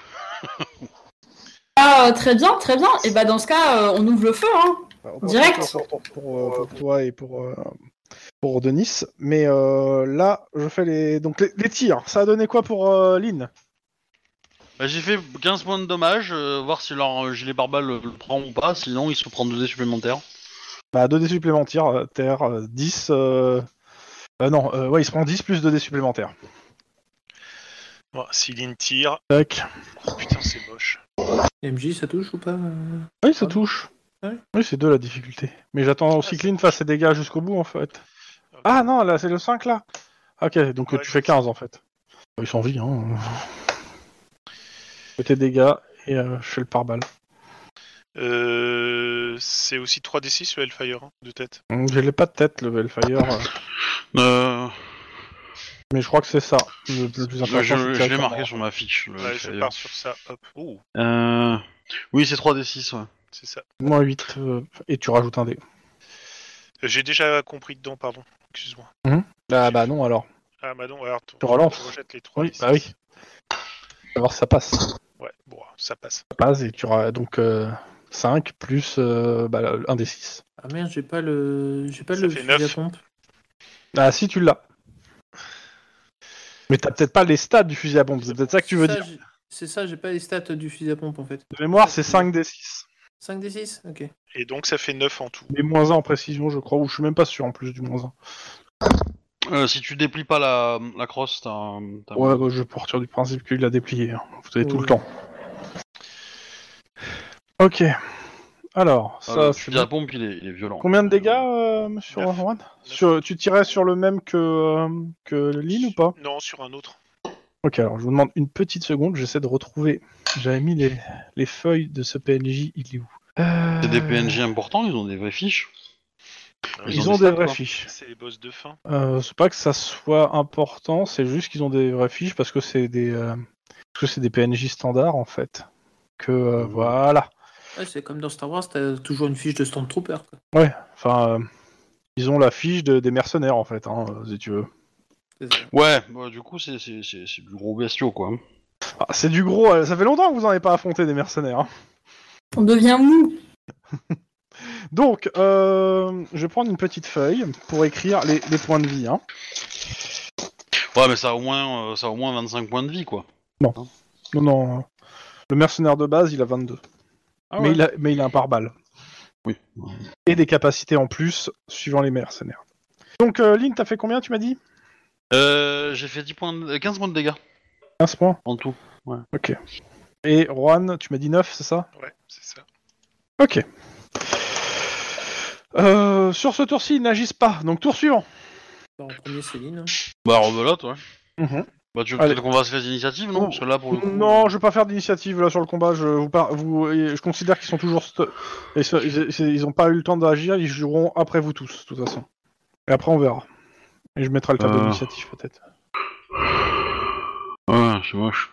[SPEAKER 5] Ah, très bien, très bien. Et bah dans ce cas, euh, on ouvre le feu, hein.
[SPEAKER 2] Bah,
[SPEAKER 5] Direct.
[SPEAKER 2] pour, pour- pour, euh, pour toi et pour, euh, pour Denis. Mais euh, là, je fais les donc les, les tirs. Ça a donné quoi pour euh, Lynn
[SPEAKER 1] Bah, j'ai fait 15 points de dommages, euh, voir si leur euh, gilet pare-balles le, le prend ou pas, sinon ils se prennent deux dés supplémentaires.
[SPEAKER 2] Bah, 2 dés supplémentaires, euh, terre, euh, 10. euh, euh, non, euh, ouais, il se prend 10 plus 2 dés supplémentaires.
[SPEAKER 4] Bon, si Lynn tire,
[SPEAKER 2] Tac.
[SPEAKER 4] putain, c'est moche.
[SPEAKER 3] MJ, ça touche ou pas
[SPEAKER 2] Oui, ça touche.
[SPEAKER 3] Ouais.
[SPEAKER 2] Oui, c'est 2 la difficulté. Mais j'attends aussi que Lynn fasse ses dégâts jusqu'au bout en fait.
[SPEAKER 4] Ok.
[SPEAKER 2] Ah non, là, c'est le 5 là. Ok, donc euh,
[SPEAKER 4] Ouais,
[SPEAKER 2] tu
[SPEAKER 4] je
[SPEAKER 2] fais
[SPEAKER 4] sais.
[SPEAKER 2] 15 en fait. Ils sont vie, hein. Fais tes dégâts et euh, je fais le pare-balles.
[SPEAKER 4] Euh, c'est aussi 3d6 le Hellfire hein, de tête.
[SPEAKER 2] Hum, Je l'ai pas de tête le Hellfire, euh,
[SPEAKER 1] Euh,
[SPEAKER 2] mais je crois que c'est ça. Le, le plus
[SPEAKER 1] Bah, je
[SPEAKER 2] important. c'est
[SPEAKER 1] je l'ai
[SPEAKER 2] directement.
[SPEAKER 1] marqué sur ma fiche. le
[SPEAKER 4] Ouais, je
[SPEAKER 1] flyer.
[SPEAKER 4] pars sur ça. Hop. Oh,
[SPEAKER 1] Euh, oui, c'est 3d6, ouais.
[SPEAKER 4] c'est ça.
[SPEAKER 2] Moins 8 et tu rajoutes un dé.
[SPEAKER 4] Euh, J'ai déjà compris dedans, pardon. Excuse-moi.
[SPEAKER 2] Ah bah non alors.
[SPEAKER 4] Ah, bah non, alors. t-
[SPEAKER 2] Tu relances.
[SPEAKER 4] je rejette les 3
[SPEAKER 2] Oui, bah oui. Faut voir si ça passe. Ça
[SPEAKER 4] Ouais, bon, ça passe.
[SPEAKER 2] passe et tu auras donc 5 plus euh, bah, un des 6.
[SPEAKER 3] Ah merde, j'ai pas le, j'ai pas
[SPEAKER 4] Ça
[SPEAKER 3] le
[SPEAKER 4] fait
[SPEAKER 3] fusil
[SPEAKER 4] neuf.
[SPEAKER 3] à pompe.
[SPEAKER 2] Ah si tu l'as. Mais t'as peut-être pas les stats du fusil à bombe, c'est peut-être ça que tu veux
[SPEAKER 3] Ça,
[SPEAKER 2] dire.
[SPEAKER 3] j'ai- C'est ça, j'ai pas les stats du fusil à pompe en fait.
[SPEAKER 2] De mémoire, c'est 5 des 6.
[SPEAKER 3] 5 des 6 Ok.
[SPEAKER 4] Et donc, ça fait 9 en tout.
[SPEAKER 2] Les moins 1 en précision, je crois, ou je suis même pas sûr en plus du moins
[SPEAKER 1] Euh, si tu déplies pas la, la crosse, t'as un- t'as
[SPEAKER 2] 1.
[SPEAKER 1] un-
[SPEAKER 2] Ouais, ouais, je partir du principe qu'il l'a déplié. hein. Vous avez tout
[SPEAKER 3] Oui.
[SPEAKER 2] le temps. Ok. Alors,
[SPEAKER 1] Ah,
[SPEAKER 2] ça,
[SPEAKER 1] le
[SPEAKER 2] c'est
[SPEAKER 1] fusil à pompe, il est, il est violent.
[SPEAKER 2] Combien de dégâts, euh, monsieur
[SPEAKER 4] Neuf.
[SPEAKER 2] Warren sur, Tu tirais sur le même que, euh, que Lynn ou pas
[SPEAKER 4] Non, sur un autre.
[SPEAKER 2] Ok, alors je vous demande une petite seconde, j'essaie de retrouver. J'avais mis les, les feuilles de ce PNJ, il est où Euh,
[SPEAKER 1] C'est des PNJ importants, ils ont des vraies fiches.
[SPEAKER 2] Ils,
[SPEAKER 1] Ils
[SPEAKER 2] ont,
[SPEAKER 1] ont
[SPEAKER 2] des
[SPEAKER 1] des
[SPEAKER 2] vraies
[SPEAKER 1] stats,
[SPEAKER 2] fiches.
[SPEAKER 4] C'est les boss de fin.
[SPEAKER 2] Euh, c'est pas que ça soit important, c'est juste qu'ils ont des vraies fiches parce que c'est des, euh, parce que c'est des PNJ standards en fait. Que euh,
[SPEAKER 1] Mhm.
[SPEAKER 2] voilà.
[SPEAKER 3] Ouais, c'est comme dans Star Wars, t'as toujours une fiche de Stormtrooper. Quoi.
[SPEAKER 2] Enfin, euh, ils ont la fiche de- des mercenaires en fait, hein, euh, si tu veux.
[SPEAKER 3] C'est ça.
[SPEAKER 1] Ouais, bah, du coup, c'est c'est- c'est- c'est du gros bestiaux, quoi.
[SPEAKER 2] Ah, c'est du gros, euh, ça fait longtemps que vous en avez pas affronté des mercenaires. hein.
[SPEAKER 5] On devient mou.
[SPEAKER 2] Donc, euh, je vais prendre une petite feuille pour écrire les, les points de vie. hein.
[SPEAKER 1] Ouais, mais ça a au moins, euh, ça a au moins 25 points de vie, quoi.
[SPEAKER 2] Non, non. euh, Le mercenaire de base, il a 22.
[SPEAKER 3] Ah
[SPEAKER 2] mais, il a, mais il a un pare-balles.
[SPEAKER 1] Oui.
[SPEAKER 2] Et des capacités en plus, suivant les mercenaires. Donc, euh, Lynn, t'as fait combien, tu m'as dit
[SPEAKER 1] Euh, J'ai fait 10 points de- 15 points de dégâts
[SPEAKER 2] 15 points.
[SPEAKER 1] en tout.
[SPEAKER 2] Et Juan, tu m'as dit 9, c'est ça
[SPEAKER 4] Ouais, c'est ça.
[SPEAKER 2] Ok. Euh, sur ce tour-ci, ils n'agissent pas. Donc, tour suivant.
[SPEAKER 3] Bah, en premier, Céline.
[SPEAKER 1] Bah, rebelote, ouais.
[SPEAKER 2] Mhm.
[SPEAKER 1] Bah, tu veux
[SPEAKER 2] Allez.
[SPEAKER 1] peut-être qu'on va se faire des initiatives, non Parce que là, pour le coup.
[SPEAKER 2] Non, je vais pas faire d'initiative là sur le combat. Je, vous par- vous, et je considère qu'ils sont toujours. st- et ça- Ils, c'est- ils ont pas eu le temps d'agir. Ils joueront après vous tous, de toute façon. Et après, on verra. Et je mettrai le tableau
[SPEAKER 1] Euh.
[SPEAKER 2] d'initiative peut-être.
[SPEAKER 1] Ouais, c'est moche.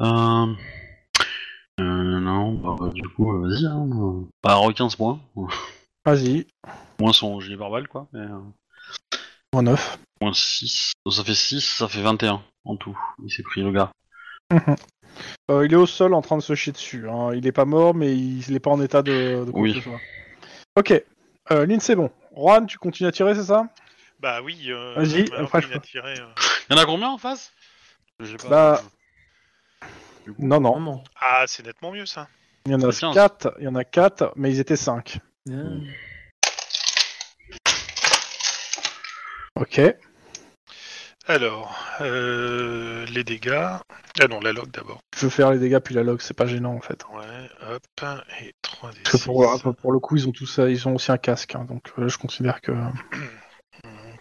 [SPEAKER 1] Euh... euh, non, bah, bah, du coup, euh, vas-y. Hein. Bah, re 15 points. <laughs>
[SPEAKER 2] Vas-y.
[SPEAKER 1] Moins son gilet pare-balles, quoi. mais, euh,
[SPEAKER 2] Moins 9.
[SPEAKER 1] Moins 6. Ça fait 6, ça fait 21 en tout. Il s'est pris, le gars.
[SPEAKER 2] Euh, il est au sol en train de se chier dessus. hein. Il est pas mort, mais il n'est pas en état de, de quoi
[SPEAKER 1] Oui.
[SPEAKER 2] que ce soit. Ok. Euh, Lynn, c'est bon. Juan, tu continues à tirer, c'est ça
[SPEAKER 4] Bah oui. Euh,
[SPEAKER 2] Vas-y,
[SPEAKER 4] maintenant
[SPEAKER 2] après,
[SPEAKER 4] qu'il
[SPEAKER 2] je-
[SPEAKER 4] a tiré, euh.
[SPEAKER 1] Y'en a combien en face J'ai pas.
[SPEAKER 2] Bah, Non, non.
[SPEAKER 3] Vraiment.
[SPEAKER 4] Ah, c'est nettement mieux ça.
[SPEAKER 2] Il y en a
[SPEAKER 1] Quinze.
[SPEAKER 2] 4, il y en a 4, mais ils étaient 5.
[SPEAKER 3] Euh,
[SPEAKER 2] Ok.
[SPEAKER 4] Alors, euh, les dégâts. Ah non, la log d'abord.
[SPEAKER 2] Je veux faire les dégâts puis la log, c'est pas gênant en fait.
[SPEAKER 4] Ouais, hop, et 3 d
[SPEAKER 2] Parce que pour, pour- pour le coup, ils ont tous, euh, ils ont aussi un casque, hein, donc euh, je considère que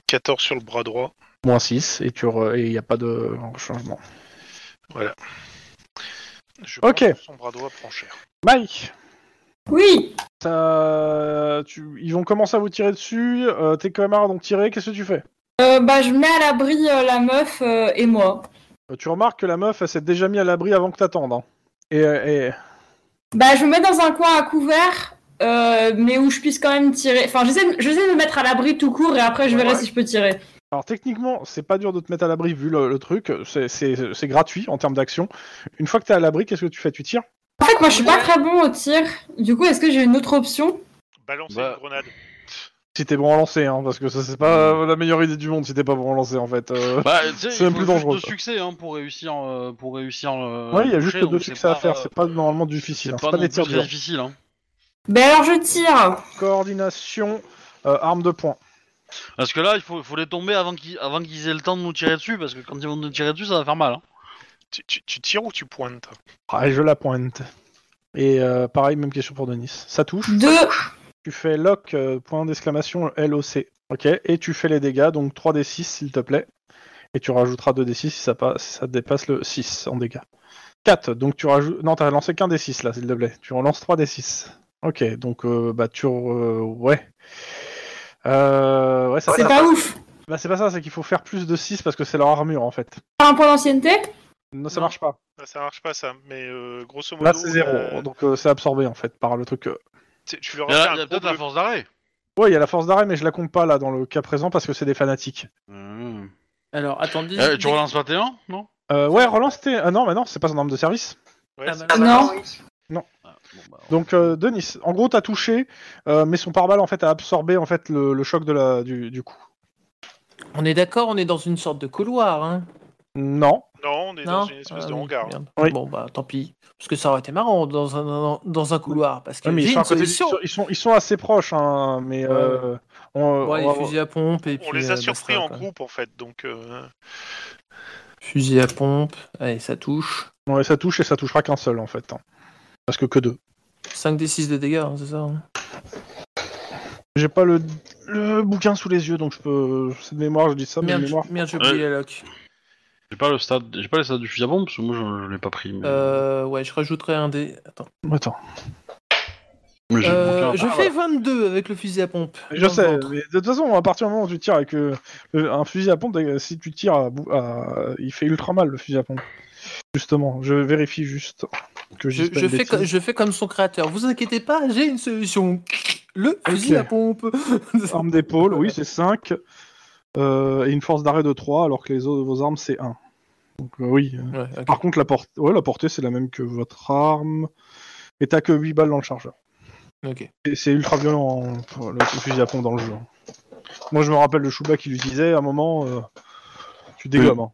[SPEAKER 4] 14 sur le bras droit.
[SPEAKER 2] moins 6 et tu re- et il n'y a pas de changement.
[SPEAKER 4] Je
[SPEAKER 2] Ok.
[SPEAKER 4] pense que son bras droit prend cher.
[SPEAKER 2] Mike,
[SPEAKER 5] Oui.
[SPEAKER 2] ça- tu- ils vont commencer à vous tirer dessus. euh, tes camarades ont tiré. Qu'est-ce que tu fais
[SPEAKER 5] Euh, bah je mets à l'abri euh, la meuf euh, et moi.
[SPEAKER 2] Euh, Tu remarques que la meuf, elle s'est déjà mise à l'abri avant que t'attendes. hein. Et, euh, et-
[SPEAKER 5] Bah je me mets dans un coin à couvert euh, mais où je puisse quand même tirer. Enfin, j'essaie de, j'essaie de me mettre à l'abri tout court et après je verrai
[SPEAKER 2] Ouais.
[SPEAKER 5] si je peux tirer.
[SPEAKER 2] Alors techniquement, c'est pas dur de te mettre à l'abri vu le, le truc, c'est- c'est c'est gratuit en termes d'action. Une fois que t'es à l'abri, qu'est-ce que tu fais Tu tires
[SPEAKER 5] En fait, moi je suis pas très bon au tir. Du coup, est-ce que j'ai une autre option
[SPEAKER 4] Balancer
[SPEAKER 1] Bah.
[SPEAKER 4] une grenade.
[SPEAKER 2] Si t'es bon à lancer, hein, parce que ça c'est pas la meilleure idée du monde si t'es pas bon à lancer en fait. euh.
[SPEAKER 1] Bah, tu sais,
[SPEAKER 2] C'est
[SPEAKER 1] il faut
[SPEAKER 2] plus
[SPEAKER 1] juste
[SPEAKER 2] dangereux,
[SPEAKER 1] deux
[SPEAKER 2] ça.
[SPEAKER 1] succès hein, pour réussir. euh, pour réussir euh,
[SPEAKER 2] ouais, il y a
[SPEAKER 1] le
[SPEAKER 2] juste
[SPEAKER 1] toucher,
[SPEAKER 2] deux
[SPEAKER 1] donc c'est
[SPEAKER 2] succès à
[SPEAKER 1] pas,
[SPEAKER 2] faire,
[SPEAKER 1] euh,
[SPEAKER 2] c'est pas normalement difficile, hein,
[SPEAKER 1] C'est
[SPEAKER 2] c'est pas,
[SPEAKER 1] non
[SPEAKER 2] des
[SPEAKER 1] plus
[SPEAKER 2] tirs
[SPEAKER 1] très
[SPEAKER 2] durs.
[SPEAKER 1] difficile. Hein.
[SPEAKER 5] Ben alors je tire.
[SPEAKER 2] Coordination, euh, arme de poing.
[SPEAKER 1] Parce que là, il faut, faut les tomber avant qu'ils avant qu'ils aient le temps de nous tirer dessus, parce que quand ils vont nous tirer dessus, ça va faire mal. Hein.
[SPEAKER 4] Tu, tu- tu tires ou tu pointes
[SPEAKER 2] Ah, et je la pointe. Et euh, pareil, même question pour Denis. Ça touche.
[SPEAKER 5] Deux.
[SPEAKER 2] Tu fais lock, euh, point d'exclamation, LOC. Ok, et tu fais les dégâts, donc 3d6 s'il te plaît. Et tu rajouteras 2d6 si ça, passe, si ça dépasse le 6 en dégâts. 4, donc tu rajoutes. Non, t'as lancé qu'un d6 là, s'il te plaît. Tu relances 3d6. Ok, donc euh, bah tu. re- ouais. Euh, ouais, ça
[SPEAKER 5] C'est
[SPEAKER 2] tape.
[SPEAKER 5] pas ouf.
[SPEAKER 2] Bah, c'est pas ça, c'est qu'il faut faire plus de 6 parce que c'est leur armure en fait.
[SPEAKER 5] Pas un point d'ancienneté
[SPEAKER 2] Non, ça
[SPEAKER 4] Non.
[SPEAKER 2] marche pas.
[SPEAKER 4] Là, Ah, Ça marche pas ça, mais euh, grosso modo.
[SPEAKER 2] Là c'est 0,
[SPEAKER 4] euh,
[SPEAKER 2] donc euh, c'est absorbé en fait par le truc. euh,
[SPEAKER 4] tu- tu leur
[SPEAKER 1] Il y
[SPEAKER 4] as fait
[SPEAKER 1] a, il y
[SPEAKER 4] un
[SPEAKER 1] a peut-être
[SPEAKER 4] gros
[SPEAKER 1] la
[SPEAKER 4] bleu.
[SPEAKER 1] force d'arrêt.
[SPEAKER 2] Ouais, il y a la force d'arrêt, mais je la compte pas là dans le cas présent parce que c'est des fanatiques.
[SPEAKER 1] Euh,
[SPEAKER 3] Alors, attendez.
[SPEAKER 4] Euh,
[SPEAKER 1] eh, tu relances pas tes 1 non
[SPEAKER 2] Euh, ouais, relance tes. Ah non, mais non, c'est pas son arme de service.
[SPEAKER 4] Ouais,
[SPEAKER 3] Ah,
[SPEAKER 4] c'est-
[SPEAKER 3] bah,
[SPEAKER 5] Non.
[SPEAKER 1] Ah, bon, bah, ouais.
[SPEAKER 2] Donc, euh, Denis, en gros, t'as touché, euh, mais son pare-balles en fait a absorbé en fait le, le choc de la du, du coup.
[SPEAKER 3] On est d'accord, on est dans une sorte de couloir, hein
[SPEAKER 2] Non.
[SPEAKER 4] non, on est
[SPEAKER 3] Non
[SPEAKER 4] dans une espèce
[SPEAKER 3] Ah
[SPEAKER 4] de
[SPEAKER 3] oui,
[SPEAKER 4] hangar.
[SPEAKER 3] merde.
[SPEAKER 2] Oui.
[SPEAKER 3] Bon, bah tant pis. Parce que ça aurait été marrant dans un, dans- dans un couloir. Parce que
[SPEAKER 2] Ouais, mais
[SPEAKER 3] j'ai
[SPEAKER 2] ils, sont
[SPEAKER 3] une
[SPEAKER 2] à côté- ils
[SPEAKER 3] solution.
[SPEAKER 2] sont- ils sont ils sont assez proches, hein, mais euh, on,
[SPEAKER 3] Ouais,
[SPEAKER 2] on va-
[SPEAKER 3] les fusils à pompe et puis.
[SPEAKER 4] On les
[SPEAKER 3] euh,
[SPEAKER 4] a
[SPEAKER 3] basta,
[SPEAKER 4] surpris en
[SPEAKER 3] quoi.
[SPEAKER 4] groupe en fait, donc euh,
[SPEAKER 3] Fusil à pompe, allez, ça touche.
[SPEAKER 2] ouais, ça touche et ça touchera qu'un seul en fait, hein. parce que que deux.
[SPEAKER 3] 5 des 6 de dégâts, hein, c'est ça hein
[SPEAKER 2] J'ai pas le, le bouquin sous les yeux, donc je peux. C'est de mémoire, je dis ça, mais de
[SPEAKER 3] Merde,
[SPEAKER 2] mémoire.
[SPEAKER 3] je- merde, j'ai oublié la lock.
[SPEAKER 1] J'ai pas le stade, j'ai pas les stades du fusil à bombe parce que moi je, je l'ai pas pris. Mais,
[SPEAKER 3] Euh, ouais, je rajouterai un dé. Attends.
[SPEAKER 2] Attends.
[SPEAKER 1] mais j'ai le
[SPEAKER 3] Euh,
[SPEAKER 1] bouquin.
[SPEAKER 3] je
[SPEAKER 2] Ah,
[SPEAKER 3] fais 22 avec le fusil à pompe.
[SPEAKER 2] Je
[SPEAKER 3] Dans le
[SPEAKER 2] sais,
[SPEAKER 3] ventre.
[SPEAKER 2] mais de toute façon, à partir du moment où tu tires avec euh, le- un fusil à pompe, euh, si tu tires, à bou- à- il fait ultra mal le fusil à pompe. Justement, je vérifie juste que
[SPEAKER 3] Je,
[SPEAKER 2] j'ai
[SPEAKER 3] je fais, co- je fais comme son créateur. Vous inquiétez pas, j'ai une solution. Le fusil à pompe.
[SPEAKER 2] Arme d'épaule, oui, c'est 5. et une force d'arrêt de 3, alors que les autres vos armes, c'est 1. Donc euh, oui.
[SPEAKER 3] Ouais, ok.
[SPEAKER 2] Par contre, la, porte... ouais, la portée, c'est la même que votre arme. Et t'as que 8 balles dans le chargeur.
[SPEAKER 3] ok.
[SPEAKER 2] Et c'est ultra violent, hein, pour le fusil à pompe dans le jeu. Moi, je me rappelle le Chouba qui l'utilisait à un moment. euh, tu dégommes. hein.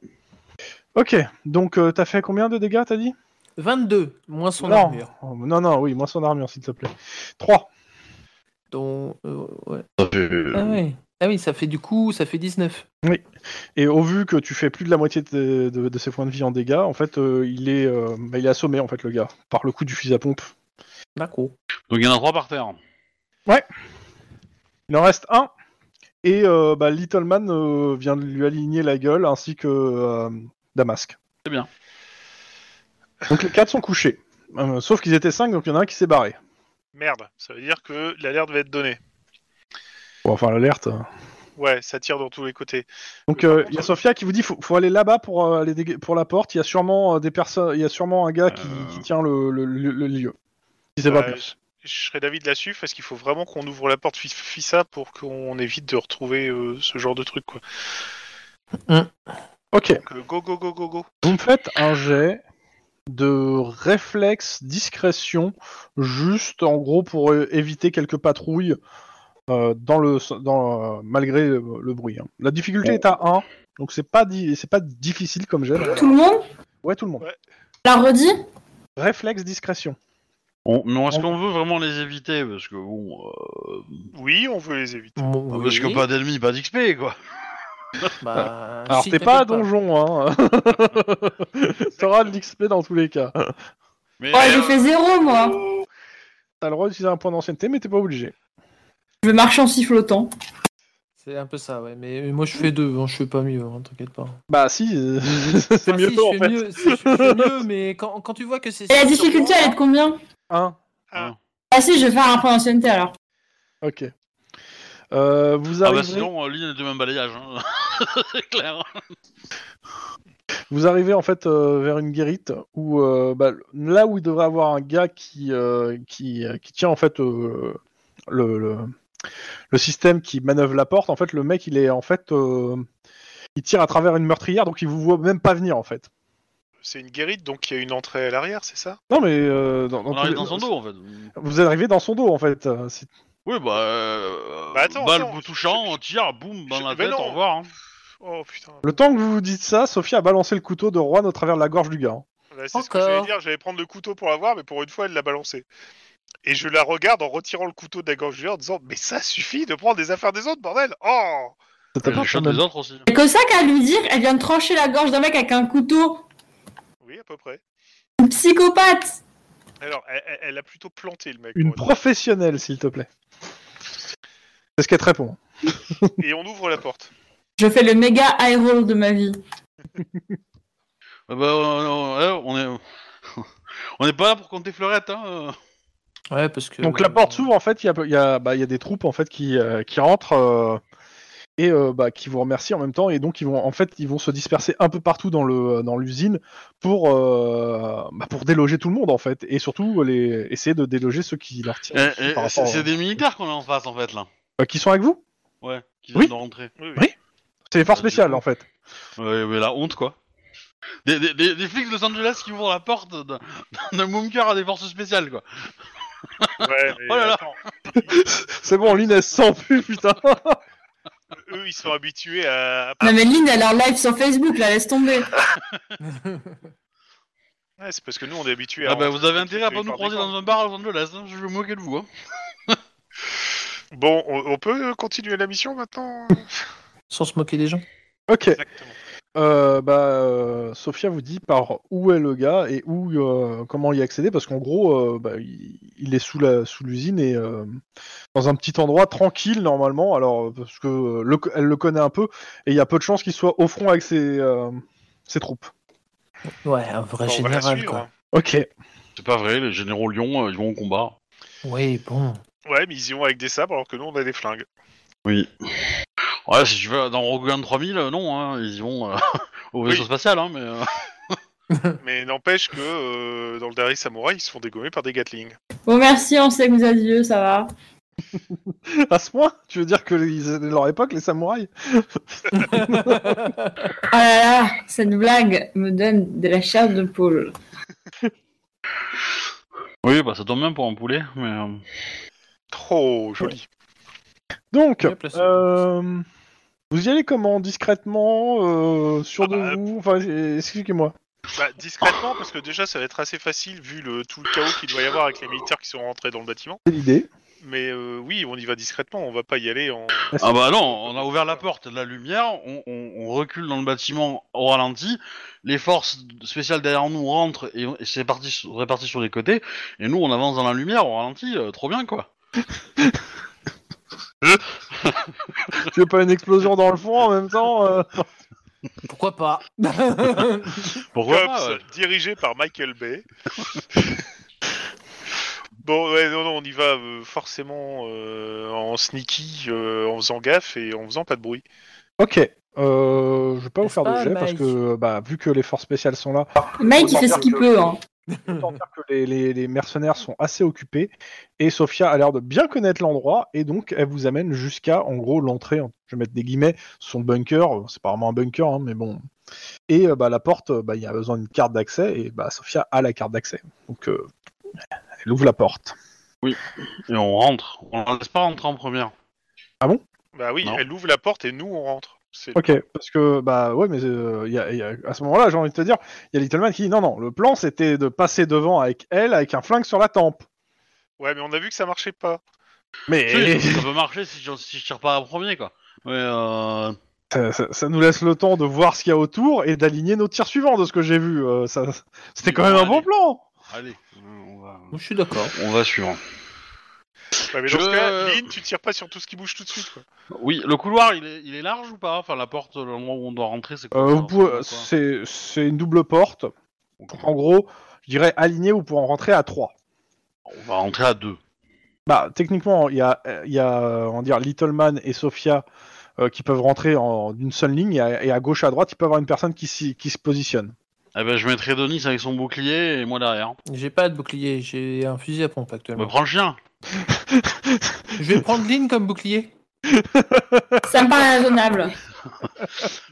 [SPEAKER 2] Ok, donc euh, t'as fait combien de dégâts, t'as dit
[SPEAKER 3] 22, moins son
[SPEAKER 2] Non.
[SPEAKER 3] armure.
[SPEAKER 2] Oh, Non, non, oui, moins son armure, s'il te plaît. 3.
[SPEAKER 3] Donc, euh, ouais.
[SPEAKER 1] Ça fait, euh,
[SPEAKER 3] Ah, ouais. ah oui, ça fait du coup, ça fait 19.
[SPEAKER 2] Et au vu que tu fais plus de la moitié de, de- de ses points de vie en dégâts, en fait, euh, il, est, euh, bah, il est assommé, en fait, le gars, par le coup du fusil à pompe.
[SPEAKER 3] D'accord.
[SPEAKER 1] Donc il y en a trois par terre.
[SPEAKER 2] Il en reste un. Et euh, bah, Little Man euh, vient de lui aligner la gueule, ainsi que euh, Damask.
[SPEAKER 1] C'est bien.
[SPEAKER 2] Donc les quatre sont couchés. Euh, sauf qu'ils étaient cinq, donc il y en a un qui s'est barré.
[SPEAKER 4] merde, ça veut dire que l'alerte va être donnée.
[SPEAKER 2] Bon, enfin, l'alerte. euh.
[SPEAKER 4] Ouais, ça tire dans tous les côtés.
[SPEAKER 2] Donc euh, il y a Sofia qui vous dit faut, faut aller là-bas pour, euh, aller dég- pour la porte. Il y a sûrement euh, des personnes, il y a sûrement un gars qui,
[SPEAKER 1] Euh.
[SPEAKER 2] qui tient le, le- le- le lieu. Si c'est pas
[SPEAKER 4] Ouais,
[SPEAKER 2] plus.
[SPEAKER 4] Je serais d'avis de là-dessus parce qu'il faut vraiment qu'on ouvre la porte fi- FISA pour qu'on évite de retrouver euh, ce genre de truc quoi.
[SPEAKER 2] Ok.
[SPEAKER 4] Donc euh, go go go go go.
[SPEAKER 2] Vous me faites un jet de réflexe, discrétion, juste en gros pour euh, éviter quelques patrouilles euh, dans le, dans, euh, malgré le, le bruit. hein. La difficulté est à 1, donc c'est pas, di- c'est pas difficile comme jet.
[SPEAKER 5] Tout le monde
[SPEAKER 2] Ouais, tout le monde.
[SPEAKER 5] La redit
[SPEAKER 2] Réflexe, discrétion.
[SPEAKER 1] On- mais est-ce
[SPEAKER 2] On-
[SPEAKER 1] qu'on veut vraiment les éviter Parce que bon. euh,
[SPEAKER 4] Oui, on veut les éviter.
[SPEAKER 3] Bon,
[SPEAKER 1] Parce que
[SPEAKER 3] oui.
[SPEAKER 1] pas d'ennemis, pas d'XP quoi.
[SPEAKER 3] Bah,
[SPEAKER 2] Ah. Alors
[SPEAKER 3] si,
[SPEAKER 2] t'es pas à
[SPEAKER 3] t'inquiète
[SPEAKER 2] donjon, hein. <laughs> T'auras de l'XP dans tous les cas.
[SPEAKER 1] Mais,
[SPEAKER 5] Ouais, j'ai fait zéro moi.
[SPEAKER 2] T'as le droit d'utiliser un point d'ancienneté, mais t'es pas obligé.
[SPEAKER 5] Je vais marcher en sifflotant.
[SPEAKER 3] C'est un peu ça, ouais. Mais moi, je fais deux, hein, je fais pas mieux, hein, t'inquiète pas.
[SPEAKER 2] Bah si, euh, <laughs> c'est
[SPEAKER 3] Enfin,
[SPEAKER 2] mieux
[SPEAKER 3] si,
[SPEAKER 2] en
[SPEAKER 3] je fais
[SPEAKER 2] fait.
[SPEAKER 3] mieux, si, je fais mieux, <laughs> mais quand, quand tu vois que c'est.
[SPEAKER 5] Et la difficulté elle est de combien
[SPEAKER 2] Un.
[SPEAKER 5] Ah si, je vais faire un point d'ancienneté alors.
[SPEAKER 2] Ok. Euh, vous
[SPEAKER 1] Ah
[SPEAKER 2] arrivez...
[SPEAKER 1] <laughs> bah sinon, euh, l'île est de même balayage. Hein. C'est clair.
[SPEAKER 2] Vous arrivez en fait euh, vers une guérite où euh, bah, là où il devrait avoir un gars qui euh, qui, qui tient en fait euh, le, le le système qui manœuvre la porte. En fait, le mec il est en fait euh, il tire à travers une meurtrière donc il vous voit même pas venir en fait.
[SPEAKER 4] C'est une guérite, donc il y a une entrée à l'arrière, c'est ça
[SPEAKER 2] Non mais euh, dans, dans
[SPEAKER 1] On
[SPEAKER 2] tous
[SPEAKER 1] arrive
[SPEAKER 2] les-
[SPEAKER 1] dans son dos en fait.
[SPEAKER 2] Vous arrivez dans son dos en fait. euh, c'est-
[SPEAKER 1] Oui, bah. euh,
[SPEAKER 4] Bah, attends,
[SPEAKER 1] balle
[SPEAKER 4] attends,
[SPEAKER 1] bout touchant,
[SPEAKER 4] je-
[SPEAKER 1] on tire, boum, dans
[SPEAKER 4] je-
[SPEAKER 1] la
[SPEAKER 4] mais
[SPEAKER 1] tête,
[SPEAKER 4] non.
[SPEAKER 1] au revoir. hein.
[SPEAKER 4] Oh putain.
[SPEAKER 2] Le temps que vous vous dites ça, Sophie a balancé le couteau de Juan au travers de la gorge du gars. hein.
[SPEAKER 4] Bah, c'est ce que
[SPEAKER 3] Encore.
[SPEAKER 4] j'allais dire, j'allais prendre le couteau pour la voir, mais pour une fois, elle l'a balancé. Et je la regarde en retirant le couteau de la gorge du gars en disant Mais ça suffit de prendre des affaires des autres, bordel Oh
[SPEAKER 2] Ça t'a
[SPEAKER 1] Et
[SPEAKER 2] pas
[SPEAKER 1] les
[SPEAKER 2] fait
[SPEAKER 1] shots
[SPEAKER 2] même-
[SPEAKER 1] des autres aussi.
[SPEAKER 5] Et que ça qu'à lui dire, elle vient de trancher la gorge d'un mec avec un couteau.
[SPEAKER 4] Oui, à peu près.
[SPEAKER 5] Une psychopathe
[SPEAKER 4] Alors, elle, elle- elle a plutôt planté le mec.
[SPEAKER 2] Une
[SPEAKER 4] pour
[SPEAKER 2] professionnelle, s'il te plaît. C'est ce qu'elle te répond. hein.
[SPEAKER 4] dire. Et on ouvre la porte.
[SPEAKER 5] Je fais le méga high roll de ma vie.
[SPEAKER 1] Euh, bah, euh, euh, on est. <laughs> on n'est pas là pour compter fleurettes, hein. euh.
[SPEAKER 3] Ouais, parce que.
[SPEAKER 2] Donc la porte s'ouvre, en fait, il y a, il y, a, bah, il y a des troupes en fait qui, euh, qui rentrent euh, et euh, bah, qui vous remercient en même temps. Et donc, ils vont, en fait, ils vont se disperser un peu partout dans le euh, dans l'usine pour, euh, bah, pour déloger tout le monde, en fait. Et surtout, les, essayer de déloger ceux qui leur tirent.
[SPEAKER 1] Eh,
[SPEAKER 2] dessus
[SPEAKER 1] eh,
[SPEAKER 2] par rapport
[SPEAKER 1] c'est
[SPEAKER 2] à-
[SPEAKER 1] c'est des militaires qu'on a en face en fait là.
[SPEAKER 2] Euh, qui sont avec vous
[SPEAKER 1] Ouais, qui viennent
[SPEAKER 2] Oui.
[SPEAKER 1] de rentrer.
[SPEAKER 4] Oui, oui.
[SPEAKER 2] Oui. C'est les forces
[SPEAKER 1] Ah, du
[SPEAKER 2] spéciales,
[SPEAKER 1] coup.
[SPEAKER 2] en fait.
[SPEAKER 1] Ouais, mais la honte quoi. Des, des, des, des flics de Los Angeles qui ouvrent la porte d'un d'un bunker à des forces spéciales quoi.
[SPEAKER 4] Ouais,
[SPEAKER 1] <laughs>
[SPEAKER 4] mais
[SPEAKER 1] Oh là là.
[SPEAKER 4] attends,
[SPEAKER 2] <laughs> c'est bon, Lynn, elle se sent plus, putain.
[SPEAKER 4] eux, ils sont habitués à.
[SPEAKER 5] Non mais Lynn, elle est en live sur Facebook, la laisse tomber.
[SPEAKER 4] Ouais, c'est parce que nous, on est habitués à.
[SPEAKER 1] Ah bah vous avez intérêt à
[SPEAKER 4] tuer
[SPEAKER 1] pas nous
[SPEAKER 4] par
[SPEAKER 1] croiser
[SPEAKER 4] des
[SPEAKER 1] dans un bar à Los Angeles, hein, je vais me moquer de vous. Hein.
[SPEAKER 4] Bon, on, on peut continuer la mission
[SPEAKER 3] <laughs>
[SPEAKER 4] maintenant
[SPEAKER 3] Sans se moquer des gens.
[SPEAKER 2] <laughs> ok.
[SPEAKER 4] Exactement.
[SPEAKER 2] Euh, bah, euh, Sophia vous dit par où est le gars et où euh, comment y accéder parce qu'en gros euh, bah, il, il est sous la sous l'usine et euh, dans un petit endroit tranquille normalement alors euh, parce que euh, le co- elle le connaît un peu et il y a peu de chances qu'il soit au front avec ses euh, ses troupes.
[SPEAKER 3] Ouais, un vrai
[SPEAKER 4] Bon, on va la
[SPEAKER 3] Bah, général,
[SPEAKER 4] suivre. hein.
[SPEAKER 3] quoi.
[SPEAKER 2] Ok.
[SPEAKER 1] C'est pas vrai, les généraux Lyon euh, ils vont au combat.
[SPEAKER 3] Oui, bon.
[SPEAKER 4] Ouais, mais ils y vont avec des sabres alors que nous, on a des
[SPEAKER 3] <laughs>
[SPEAKER 4] flingues.
[SPEAKER 1] Oui. Ouais, si tu veux, dans Rogue One 3000, euh, non, hein, ils y vont euh, <laughs> au
[SPEAKER 4] Oui.
[SPEAKER 1] vaisseau spatial, hein, mais... euh,
[SPEAKER 4] mais n'empêche que euh, dans le Dari Samurai, ils se font dégommer par des Gatling.
[SPEAKER 5] Bon merci, on sait que vous êtes vieux, ça va.
[SPEAKER 2] <laughs> À ce point, tu veux dire que les, de leur époque les samouraïs
[SPEAKER 5] Oh là là, cette blague me donne de la chair de poule.
[SPEAKER 1] Oui, bah ça tombe bien pour un poulet, mais... euh,
[SPEAKER 4] Trop joli.
[SPEAKER 2] Donc
[SPEAKER 3] Bien placé.
[SPEAKER 2] euh, vous y allez comment discrètement euh, sur
[SPEAKER 4] Ah
[SPEAKER 2] de
[SPEAKER 4] bah,
[SPEAKER 2] vous enfin expliquez-moi.
[SPEAKER 4] Bah, discrètement, parce que déjà, ça va être assez facile vu le, tout le chaos qu'il doit y avoir avec les militaires qui sont rentrés dans le bâtiment.
[SPEAKER 2] C'est l'idée.
[SPEAKER 4] Mais euh, oui, on y va discrètement, on va pas y aller en.
[SPEAKER 1] Ah bah non, on a ouvert la porte, de la lumière, on, on- on recule dans le bâtiment au ralenti, les forces spéciales derrière nous rentrent et, on- et c'est parti, sur- réparti sur les côtés, et nous on avance dans la lumière au ralenti, euh, trop bien quoi.
[SPEAKER 2] Tu veux pas une explosion dans le fond en même temps euh <laughs>
[SPEAKER 3] Pourquoi pas
[SPEAKER 4] Cops,
[SPEAKER 1] Pourquoi pas, ouais.
[SPEAKER 4] dirigé par Michael Bay. <laughs> bon, ouais, non, non, on y va euh, forcément euh, en sneaky, euh, en faisant gaffe et en faisant pas de bruit.
[SPEAKER 2] Ok. Euh, je vais pas vous
[SPEAKER 3] N'est-ce
[SPEAKER 2] faire de
[SPEAKER 3] pas,
[SPEAKER 2] jet parce
[SPEAKER 3] Mike
[SPEAKER 2] que bah, vu que les forces spéciales sont là,
[SPEAKER 5] Mike il fait ce qu'il peut, hein.
[SPEAKER 2] autant dire que les, les- les mercenaires sont assez occupés et Sophia a l'air de bien connaître l'endroit et donc elle vous amène jusqu'à en gros l'entrée. hein. Je vais mettre des guillemets son bunker. euh, C'est pas vraiment un bunker, hein, mais bon. Et euh, bah, la porte, euh, bah, il y a besoin d'une carte d'accès et bah, Sophia a la carte d'accès. Donc euh, elle ouvre la porte.
[SPEAKER 1] Et on rentre, on la laisse pas rentrer en première.
[SPEAKER 4] Bah oui,
[SPEAKER 1] Non.
[SPEAKER 4] elle ouvre la porte et nous, on rentre. C'est
[SPEAKER 2] Ok, parce que bah ouais, mais euh, y a- y a- à ce moment-là, j'ai envie de te dire, il y a Little Man qui dit non non, le plan c'était de passer devant avec elle avec un flingue sur la tempe.
[SPEAKER 4] Ouais, mais on a vu que ça marchait pas.
[SPEAKER 2] <laughs> Mais
[SPEAKER 1] Si, ça peut marcher si je, si je tire pas en premier quoi. Mais euh,
[SPEAKER 2] ça, ça- ça nous laisse le temps de voir ce qu'il y a autour et d'aligner nos tirs suivants de ce que j'ai vu. euh, ça- C'était quand même un bon
[SPEAKER 1] Allez.
[SPEAKER 2] plan.
[SPEAKER 1] allez, on va,
[SPEAKER 3] Je suis d'accord.
[SPEAKER 1] on va suivre.
[SPEAKER 4] Ouais, mais dans
[SPEAKER 1] Je-
[SPEAKER 4] ce cas, Lynn, tu tires pas sur tout ce qui bouge tout de suite. Quoi.
[SPEAKER 1] Oui, le couloir il est, il est large ou pas Enfin la porte, l'endroit où on doit rentrer c'est quoi
[SPEAKER 2] Euh,
[SPEAKER 1] ça,
[SPEAKER 2] vous pouvez-
[SPEAKER 1] quoi
[SPEAKER 2] c'est c'est une double porte.
[SPEAKER 1] Ok.
[SPEAKER 2] En gros, je dirais aligné, vous pouvez en rentrer à trois.
[SPEAKER 1] On va rentrer à deux.
[SPEAKER 2] Bah, techniquement, il y a, il y a euh, on va dire, Little Man et Sophia euh, qui peuvent rentrer en d'une seule ligne et à, et à gauche à droite, il peut avoir une personne qui, s'y- qui se positionne.
[SPEAKER 1] Eh ben, je mettrai Denis avec son bouclier et moi derrière.
[SPEAKER 3] J'ai pas de bouclier, j'ai un fusil à pompe
[SPEAKER 1] Bah,
[SPEAKER 3] actuellement.
[SPEAKER 1] prends le chien.
[SPEAKER 3] Je vais prendre Lynn comme bouclier.
[SPEAKER 5] Ça me paraît raisonnable.
[SPEAKER 4] Moi,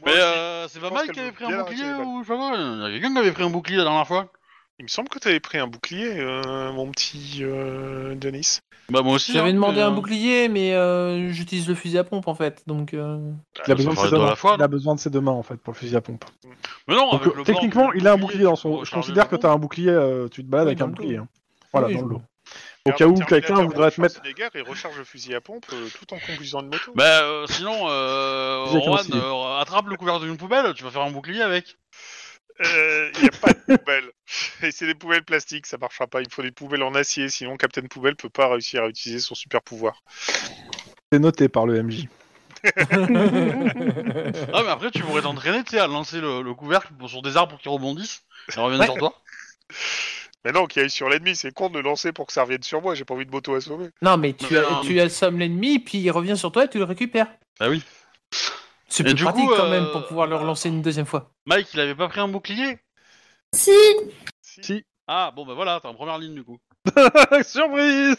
[SPEAKER 1] Mais
[SPEAKER 4] je-
[SPEAKER 1] euh, c'est pas
[SPEAKER 4] pense
[SPEAKER 1] mal
[SPEAKER 4] qu'elle
[SPEAKER 1] qui avait
[SPEAKER 4] veut
[SPEAKER 1] pris un
[SPEAKER 4] bien
[SPEAKER 1] bouclier
[SPEAKER 4] arrêter les
[SPEAKER 1] ou je sais pas. Il y a quelqu'un qui avait pris un bouclier la dernière fois.
[SPEAKER 4] Il me semble que tu avais pris un bouclier, euh, mon petit euh, Denis.
[SPEAKER 1] Bah, moi aussi.
[SPEAKER 3] J'avais
[SPEAKER 1] hein,
[SPEAKER 3] demandé
[SPEAKER 1] mais,
[SPEAKER 3] un
[SPEAKER 1] euh,
[SPEAKER 3] bouclier, mais euh, j'utilise le fusil à pompe en fait. Donc, euh,
[SPEAKER 2] Il a,
[SPEAKER 1] Ah, ça
[SPEAKER 2] besoin de,
[SPEAKER 1] fera
[SPEAKER 2] ses
[SPEAKER 1] deux
[SPEAKER 2] deux
[SPEAKER 1] à la
[SPEAKER 2] mains.
[SPEAKER 1] fois,
[SPEAKER 2] Il a besoin de ses deux mains en fait pour le fusil à pompe.
[SPEAKER 1] Mais non,
[SPEAKER 2] Donc,
[SPEAKER 1] avec
[SPEAKER 2] euh,
[SPEAKER 1] le bord
[SPEAKER 2] techniquement,
[SPEAKER 1] du
[SPEAKER 2] il a un bouclier dans son.
[SPEAKER 1] tu
[SPEAKER 2] Je
[SPEAKER 1] peux
[SPEAKER 2] considère que
[SPEAKER 1] recharger
[SPEAKER 2] tu as un bouclier, euh, tu te balades
[SPEAKER 3] Oui,
[SPEAKER 2] avec
[SPEAKER 3] dans
[SPEAKER 2] un
[SPEAKER 3] le
[SPEAKER 2] bouclier.
[SPEAKER 3] dos.
[SPEAKER 2] hein. Voilà,
[SPEAKER 3] oui,
[SPEAKER 2] dans
[SPEAKER 3] je-
[SPEAKER 2] le lot. Au cas où quelqu'un voudrait te mettre.
[SPEAKER 4] Et recharge le fusil à pompe euh, tout en conduisant une moto.
[SPEAKER 1] Bah, euh, sinon, euh,
[SPEAKER 2] Vous êtes
[SPEAKER 1] Rowan,
[SPEAKER 2] conseillé.
[SPEAKER 1] euh, attrape le couvert d'une poubelle, tu vas faire un bouclier avec.
[SPEAKER 2] Bah.
[SPEAKER 4] Il n'y Euh, a pas de poubelle. <laughs> Et c'est des poubelles plastiques, ça marchera pas. Il faut des poubelles en acier, sinon Captain Poubelle peut pas réussir à utiliser son super pouvoir.
[SPEAKER 2] C'est noté par le
[SPEAKER 1] <laughs>
[SPEAKER 2] MJ.
[SPEAKER 1] Ah, mais après, tu pourrais t'entraîner, tu sais, à lancer le, le couvercle pour- sur des arbres pour qu'ils rebondissent. Ils reviennent
[SPEAKER 3] Ouais.
[SPEAKER 1] sur toi.
[SPEAKER 4] Mais non, qu'il aille sur l'ennemi, c'est con de le lancer pour que ça revienne sur moi, j'ai pas envie de moto à sauver.
[SPEAKER 3] Non, mais tu,
[SPEAKER 1] Non.
[SPEAKER 3] tu assommes l'ennemi, puis il revient sur toi et tu le récupères.
[SPEAKER 1] Bah oui.
[SPEAKER 3] C'est
[SPEAKER 1] Et
[SPEAKER 3] plus
[SPEAKER 1] du
[SPEAKER 3] pratique
[SPEAKER 1] coup,
[SPEAKER 3] quand
[SPEAKER 1] euh,
[SPEAKER 3] même pour pouvoir le relancer une deuxième
[SPEAKER 5] <laughs>
[SPEAKER 3] fois.
[SPEAKER 1] Mike, il avait pas pris un bouclier
[SPEAKER 5] Si,
[SPEAKER 2] Si.
[SPEAKER 1] Ah, bon, bah voilà, t'es en première ligne du coup. Ah,
[SPEAKER 2] Surprise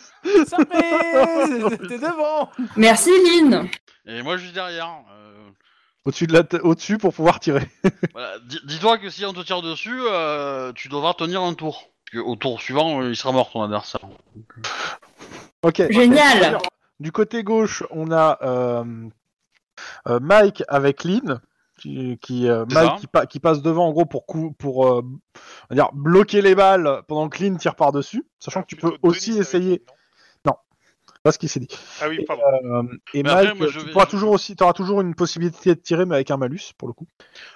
[SPEAKER 3] Surprise T'es devant
[SPEAKER 5] merci Lynn.
[SPEAKER 1] Et moi, je suis derrière. euh,
[SPEAKER 2] Au-dessus de la t- au-dessus pour pouvoir tirer.
[SPEAKER 1] voilà. Di- Dis-toi que si on te tire dessus, euh, tu devras tenir un tour. Parce que Au tour suivant, euh, il sera mort ton adversaire.
[SPEAKER 2] Ok.
[SPEAKER 5] Génial.
[SPEAKER 2] Du côté gauche, on a euh, euh, Mike avec Lynn. Qui, qui, euh,
[SPEAKER 1] C'est ça.
[SPEAKER 2] Mike qui, pa- qui passe devant en gros pour, cou- pour euh, on va dire, bloquer les balles pendant que Lynn tire par-dessus, sachant que tu peux
[SPEAKER 4] Plutôt
[SPEAKER 2] aussi
[SPEAKER 4] Denis avec
[SPEAKER 2] essayer.
[SPEAKER 4] lui, non
[SPEAKER 2] C'est pas ce qui s'est dit.
[SPEAKER 4] Ah oui, pardon.
[SPEAKER 2] Euh, et
[SPEAKER 1] Mais après,
[SPEAKER 2] Mike,
[SPEAKER 1] moi, je
[SPEAKER 2] tu
[SPEAKER 1] vais-
[SPEAKER 2] pourras
[SPEAKER 1] je-
[SPEAKER 2] toujours aussi, t'auras toujours une possibilité de tirer, mais avec un malus pour le coup.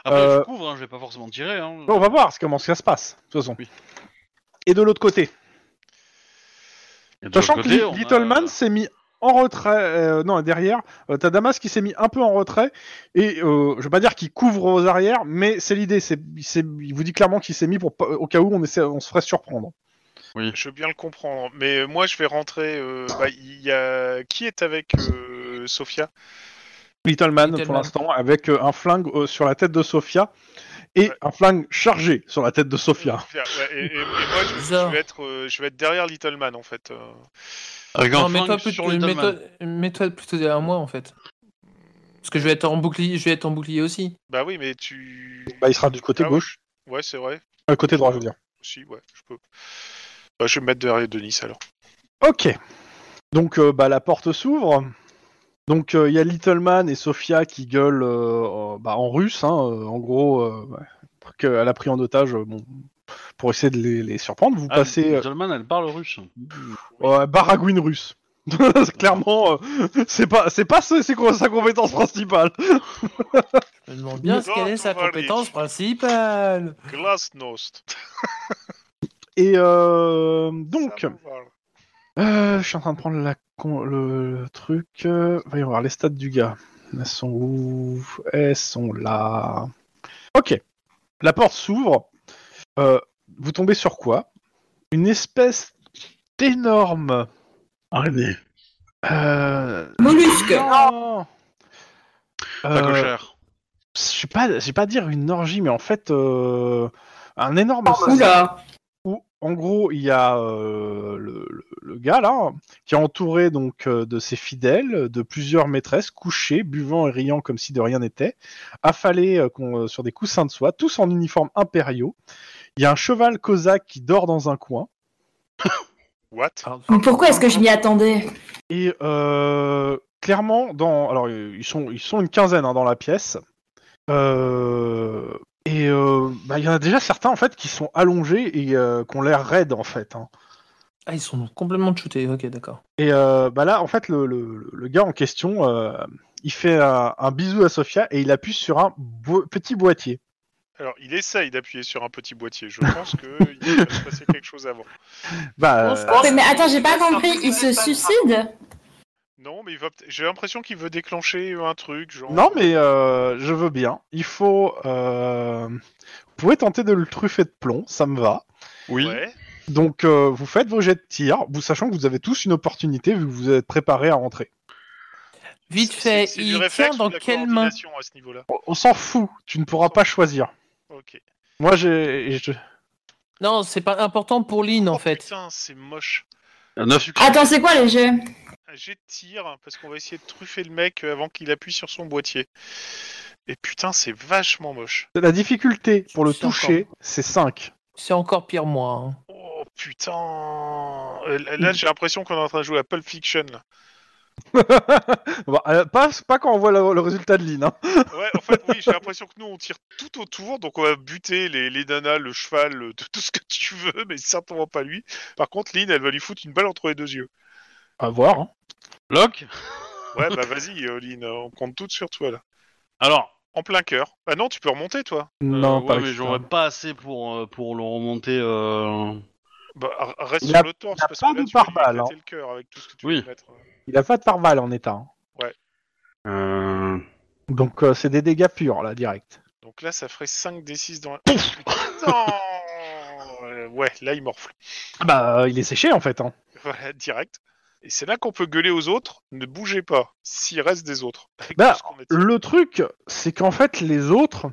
[SPEAKER 1] Après,
[SPEAKER 2] Euh,
[SPEAKER 1] je couvre, hein, je vais pas forcément tirer. Hein.
[SPEAKER 2] Bon, on va voir comment ça se passe, de toute façon.
[SPEAKER 1] Oui.
[SPEAKER 2] Et de l'autre côté,
[SPEAKER 1] Et de
[SPEAKER 2] sachant
[SPEAKER 1] l'autre
[SPEAKER 2] que
[SPEAKER 1] côté,
[SPEAKER 2] Li-
[SPEAKER 1] on a-
[SPEAKER 2] Little Man s'est mis en retrait, euh, non, derrière, euh, t'as Damas qui s'est mis un peu en retrait, et euh, je vais pas dire qu'il couvre aux arrières, mais c'est l'idée, c'est, c'est- il vous dit clairement qu'il s'est mis pour, pas- au cas où on, essaie, on se ferait surprendre.
[SPEAKER 4] Je veux bien le comprendre, mais moi je vais rentrer. euh, bah, il y a... Qui est avec euh, Sophia
[SPEAKER 2] Little Man,
[SPEAKER 3] Little
[SPEAKER 2] pour
[SPEAKER 3] Man.
[SPEAKER 2] l'instant, avec euh, un flingue euh, sur la tête de Sofia, et
[SPEAKER 4] Ouais.
[SPEAKER 2] un flingue chargé sur la tête de Sofia.
[SPEAKER 4] Euh, ouais, et, et- et moi je, je
[SPEAKER 3] Bizarre.
[SPEAKER 4] vais être, euh, je vais être derrière Little Man en fait. euh.
[SPEAKER 1] Avec un
[SPEAKER 3] Non, mets-toi
[SPEAKER 1] flingue
[SPEAKER 3] plutôt,
[SPEAKER 1] sur Little Man.
[SPEAKER 3] mets-toi, mets-toi plutôt derrière moi en fait. Parce que je vais être en bouclier, je vais être en bouclier aussi.
[SPEAKER 4] Bah oui, mais tu.
[SPEAKER 2] Bah, il sera du côté
[SPEAKER 4] Ah ouais.
[SPEAKER 2] gauche,
[SPEAKER 4] Ouais, c'est vrai.
[SPEAKER 2] euh, côté droit, je veux dire.
[SPEAKER 4] Si, ouais, je peux. Bah, je vais me mettre derrière Denis alors.
[SPEAKER 2] Ok. Donc euh, bah, la porte s'ouvre. Donc euh, il y a Little Man et Sofia qui gueulent euh, euh, bah, en russe, hein, euh, en gros, euh, ouais, qu'elle a pris en otage euh, bon, pour essayer de les, les surprendre. Vous
[SPEAKER 1] Ah,
[SPEAKER 2] passez euh,
[SPEAKER 1] Little Man, elle parle russe.
[SPEAKER 2] euh, baragouine russe. <laughs> Clairement, euh, c'est pas c'est pas ce- c'est quoi sa compétence principale.
[SPEAKER 3] Je me demande bien ce
[SPEAKER 4] Non,
[SPEAKER 3] quelle est sa
[SPEAKER 4] on va aller.
[SPEAKER 3] compétence principale.
[SPEAKER 4] Glasnost.
[SPEAKER 2] Et euh, donc,
[SPEAKER 4] Ça me parle.
[SPEAKER 2] euh, je suis en train de prendre la con- le, le truc. euh, voyons voir les stats du gars. Elles sont où Elles sont là. Ok. La porte s'ouvre. Euh, vous tombez sur quoi Une espèce d'énorme.
[SPEAKER 1] Arrêtez.
[SPEAKER 2] Euh...
[SPEAKER 5] Mollusque.
[SPEAKER 2] non
[SPEAKER 1] Pas
[SPEAKER 2] Euh,
[SPEAKER 1] cochère.
[SPEAKER 2] je sais pas, je vais pas dire une orgie, mais en fait, euh, un énorme.
[SPEAKER 5] Oula.
[SPEAKER 2] où, en gros, il y a euh, le, le- le gars là, qui est entouré donc euh, de ses fidèles, de plusieurs maîtresses, couchées, buvant et riant comme si de rien n'était, affalées euh, qu'on- euh, sur des coussins de soie, tous en uniforme impériaux. Il y a un cheval cosaque qui dort dans un coin.
[SPEAKER 4] What
[SPEAKER 5] Mais pourquoi est-ce que je m'y attendais
[SPEAKER 2] Et euh, clairement, dans alors euh, ils sont ils sont une quinzaine hein, dans la pièce. Euh, et euh, bah, il y en a déjà certains en fait qui sont allongés et euh, qui ont l'air raides en fait. hein.
[SPEAKER 3] Ah, ils sont complètement shootés, ok, d'accord.
[SPEAKER 2] Et euh, bah là, en fait, le, le- le gars en question, euh, il fait un, un bisou à Sofia et il appuie sur un bo- petit boîtier.
[SPEAKER 4] Alors, il essaye d'appuyer sur un petit boîtier. Je pense qu'il va
[SPEAKER 2] <laughs>
[SPEAKER 4] se passer quelque chose avant.
[SPEAKER 2] Bah,
[SPEAKER 3] On se
[SPEAKER 2] euh,
[SPEAKER 3] croit-
[SPEAKER 5] Ouais, mais attends, j'ai pas compris. Il se suicide
[SPEAKER 4] Non, mais il va. peut- J'ai l'impression qu'il veut déclencher un truc, genre.
[SPEAKER 2] non, mais euh, je veux bien. Il faut. euh, Vous pouvez tenter de le truffer de plomb, ça me va.
[SPEAKER 1] Oui.
[SPEAKER 4] euh, Ouais.
[SPEAKER 2] Donc, euh, vous faites vos jets de tir, vous sachant que vous avez tous une opportunité vu que vous êtes préparés à rentrer.
[SPEAKER 3] Vite
[SPEAKER 4] C'est-
[SPEAKER 3] fait,
[SPEAKER 4] c'est- c'est du
[SPEAKER 3] il tient
[SPEAKER 4] réflexe ou
[SPEAKER 3] dans
[SPEAKER 4] de la
[SPEAKER 3] quelle main
[SPEAKER 4] coordination à ce niveau-là
[SPEAKER 2] On- On s'en fout, tu ne pourras pas choisir.
[SPEAKER 4] Ok.
[SPEAKER 2] Moi, j'ai. je-
[SPEAKER 3] Non, c'est pas important pour Lynn en
[SPEAKER 4] Oh,
[SPEAKER 3] fait.
[SPEAKER 4] Putain, c'est moche.
[SPEAKER 1] Un Euh, neuf succès.
[SPEAKER 2] Ah
[SPEAKER 5] Attends, c'est quoi les jeux
[SPEAKER 4] J'ai de tir parce qu'on va essayer de truffer le mec euh, avant qu'il appuie sur son boîtier. Et putain, c'est vachement moche.
[SPEAKER 2] La difficulté pour le
[SPEAKER 3] C'est encore-
[SPEAKER 2] toucher, c'est <laughs> 5.
[SPEAKER 3] C'est encore pire moi. hein.
[SPEAKER 4] Oh putain. Euh, Là, là, j'ai l'impression qu'on est en train de jouer à Pulp Fiction. là.
[SPEAKER 2] euh, pas, pas quand on voit le, le résultat de Lynn. hein.
[SPEAKER 4] Ouais, en fait, oui, j'ai l'impression que nous, on tire tout autour, donc on va buter les, les nanas, le cheval, le- tout, tout ce que tu veux, mais certainement pas lui. Par contre, Lynn, elle va lui foutre une balle entre les deux yeux.
[SPEAKER 2] À voir. hein.
[SPEAKER 1] Locke
[SPEAKER 4] Ouais, bah vas-y, euh, Lynn, euh, on compte toutes sur toi, là.
[SPEAKER 1] Alors,
[SPEAKER 4] En plein cœur. Ah non, tu peux remonter, toi.
[SPEAKER 2] non,
[SPEAKER 1] euh,
[SPEAKER 2] pas
[SPEAKER 1] ouais, mais
[SPEAKER 2] avec-
[SPEAKER 1] j'aurais pas assez pour, euh, pour le remonter. euh,
[SPEAKER 4] Bah, r- reste
[SPEAKER 2] Il y a-
[SPEAKER 4] sur le torse,
[SPEAKER 2] il y a
[SPEAKER 4] parce
[SPEAKER 2] pas
[SPEAKER 4] que là,
[SPEAKER 2] de
[SPEAKER 4] tu vas lui
[SPEAKER 2] pare-balles, hein.
[SPEAKER 4] éclater le cœur avec tout ce que tu
[SPEAKER 1] Oui.
[SPEAKER 4] peux mettre.
[SPEAKER 2] Il a pas de pare-balles en état. hein.
[SPEAKER 1] euh,
[SPEAKER 2] Donc, euh, c'est des dégâts purs, là, direct.
[SPEAKER 4] Donc là, ça ferait 5 des 6 dans la... Pouf Putain <laughs> Euh, Ouais, là, il morfle. <laughs>
[SPEAKER 2] Bah, euh, il est séché, en fait. hein.
[SPEAKER 4] Voilà, direct. Et c'est là qu'on peut gueuler aux autres, ne bougez pas, s'il reste des autres. <laughs> Avec
[SPEAKER 2] Bah,
[SPEAKER 4] tout ce qu'on a dit.
[SPEAKER 2] Le truc, c'est qu'en fait, les autres,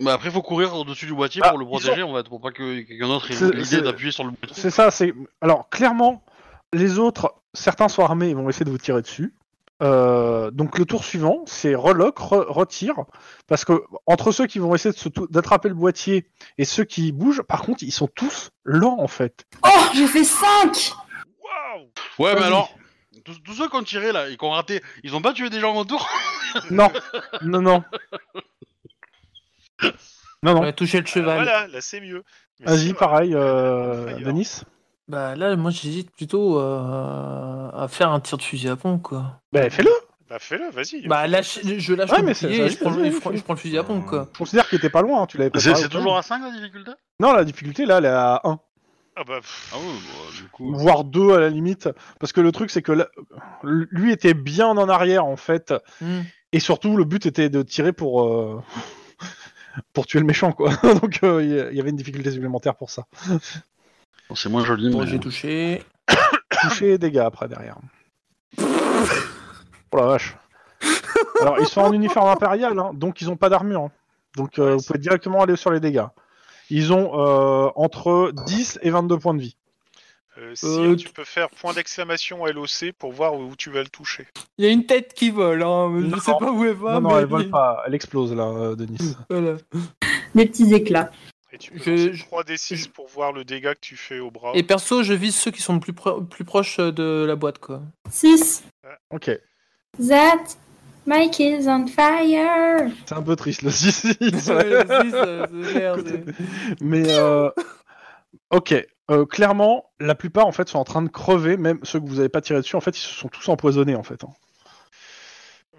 [SPEAKER 1] Bah après, faut courir au-dessus du boîtier
[SPEAKER 2] Ah,
[SPEAKER 1] pour le protéger, en fait, pour pas que quelqu'un d'autre ait
[SPEAKER 2] C'est-
[SPEAKER 1] l'idée
[SPEAKER 2] c'est-
[SPEAKER 1] d'appuyer sur le boîtier.
[SPEAKER 2] C'est ça, c'est. Alors, clairement, les autres, certains sont armés, ils vont essayer de vous tirer dessus. Euh, donc, le tour suivant, c'est reloc, re- retire. Parce que, entre ceux qui vont essayer de se tou- d'attraper le boîtier et ceux qui bougent, par contre, ils sont tous lents, en fait.
[SPEAKER 5] Oh, j'ai fait 5
[SPEAKER 4] Waouh
[SPEAKER 1] Ouais, mais
[SPEAKER 2] Vas-y.
[SPEAKER 1] alors, tous, tous ceux qui ont tiré là et qui ont raté, ils ont pas tué des gens autour
[SPEAKER 2] Non, non, non. Non,
[SPEAKER 3] On
[SPEAKER 2] non.
[SPEAKER 3] a touché le cheval.
[SPEAKER 4] Euh, Voilà, là, c'est Ah, mieux. Mais
[SPEAKER 2] Vas-y,
[SPEAKER 4] ça,
[SPEAKER 2] pareil,
[SPEAKER 4] Fire.
[SPEAKER 2] euh, Denis.
[SPEAKER 3] Bah là, moi j'hésite plutôt euh, à faire un tir de fusil à pompe quoi.
[SPEAKER 2] Bah, fais-le.
[SPEAKER 4] Bah, fais-le, vas-y.
[SPEAKER 3] Bah lâche, je lâche
[SPEAKER 2] Ouais,
[SPEAKER 3] le
[SPEAKER 2] mais c'est-
[SPEAKER 3] bouclier
[SPEAKER 2] ça
[SPEAKER 3] et
[SPEAKER 2] va
[SPEAKER 3] je prends,
[SPEAKER 2] être-
[SPEAKER 3] le-
[SPEAKER 2] oui,
[SPEAKER 3] je prends-
[SPEAKER 2] oui.
[SPEAKER 3] je prends le fusil à pompe quoi.
[SPEAKER 2] Je considère qu'il était pas loin, hein, tu l'avais
[SPEAKER 1] C'est
[SPEAKER 2] préparé.
[SPEAKER 1] c'est toujours à 5 la difficulté
[SPEAKER 2] Non, la difficulté, là, elle est à 1.
[SPEAKER 4] Ah bah, pff,
[SPEAKER 1] Ah ouais, bah, du coup.
[SPEAKER 2] voire deux à la limite parce que le truc c'est que là, lui était bien en arrière en fait
[SPEAKER 3] Hmm.
[SPEAKER 2] et surtout le but était de tirer pour euh, <laughs> pour tuer le méchant quoi <laughs> donc euh, il y avait une difficulté supplémentaire pour ça
[SPEAKER 1] Bon, C'est moins joli,
[SPEAKER 3] Bon,
[SPEAKER 1] mais-
[SPEAKER 3] j'ai touché.
[SPEAKER 2] toucher et dégâts après derrière oh la vache alors ils sont en uniforme impérial hein, donc ils ont pas d'armure hein. donc euh, vous pouvez directement aller sur les dégâts ils ont euh, entre 10 et 22 points de vie
[SPEAKER 4] euh, si,
[SPEAKER 3] Euh,
[SPEAKER 4] tu peux faire point d'exclamation LOC pour voir où tu vas le toucher.
[SPEAKER 3] Il y a une tête qui vole, hein. mais
[SPEAKER 2] Non,
[SPEAKER 3] je sais pas où elle va.
[SPEAKER 2] non non
[SPEAKER 3] mais
[SPEAKER 2] elle
[SPEAKER 3] est-
[SPEAKER 2] vole pas elle explose là euh, Denis
[SPEAKER 3] Voilà.
[SPEAKER 5] Des petits éclats.
[SPEAKER 4] Et tu peux
[SPEAKER 3] Je-
[SPEAKER 4] lancer
[SPEAKER 3] je-
[SPEAKER 4] 3 D6 pour voir le dégât que tu fais au bras.
[SPEAKER 3] Et perso, je vise ceux qui sont le plus, pro- plus proches de la
[SPEAKER 2] <laughs>
[SPEAKER 3] boîte quoi.
[SPEAKER 5] 6.
[SPEAKER 2] ok
[SPEAKER 5] That Mike is on fire.
[SPEAKER 2] C'est un peu triste le <laughs> 6
[SPEAKER 3] Ouais, euh, si, ça- c'est clair, c'est-
[SPEAKER 2] Mais euh, ok, Euh, clairement, la plupart en fait sont en train de crever, même ceux que vous avez pas tiré dessus, en fait, ils se sont tous empoisonnés en fait, hein.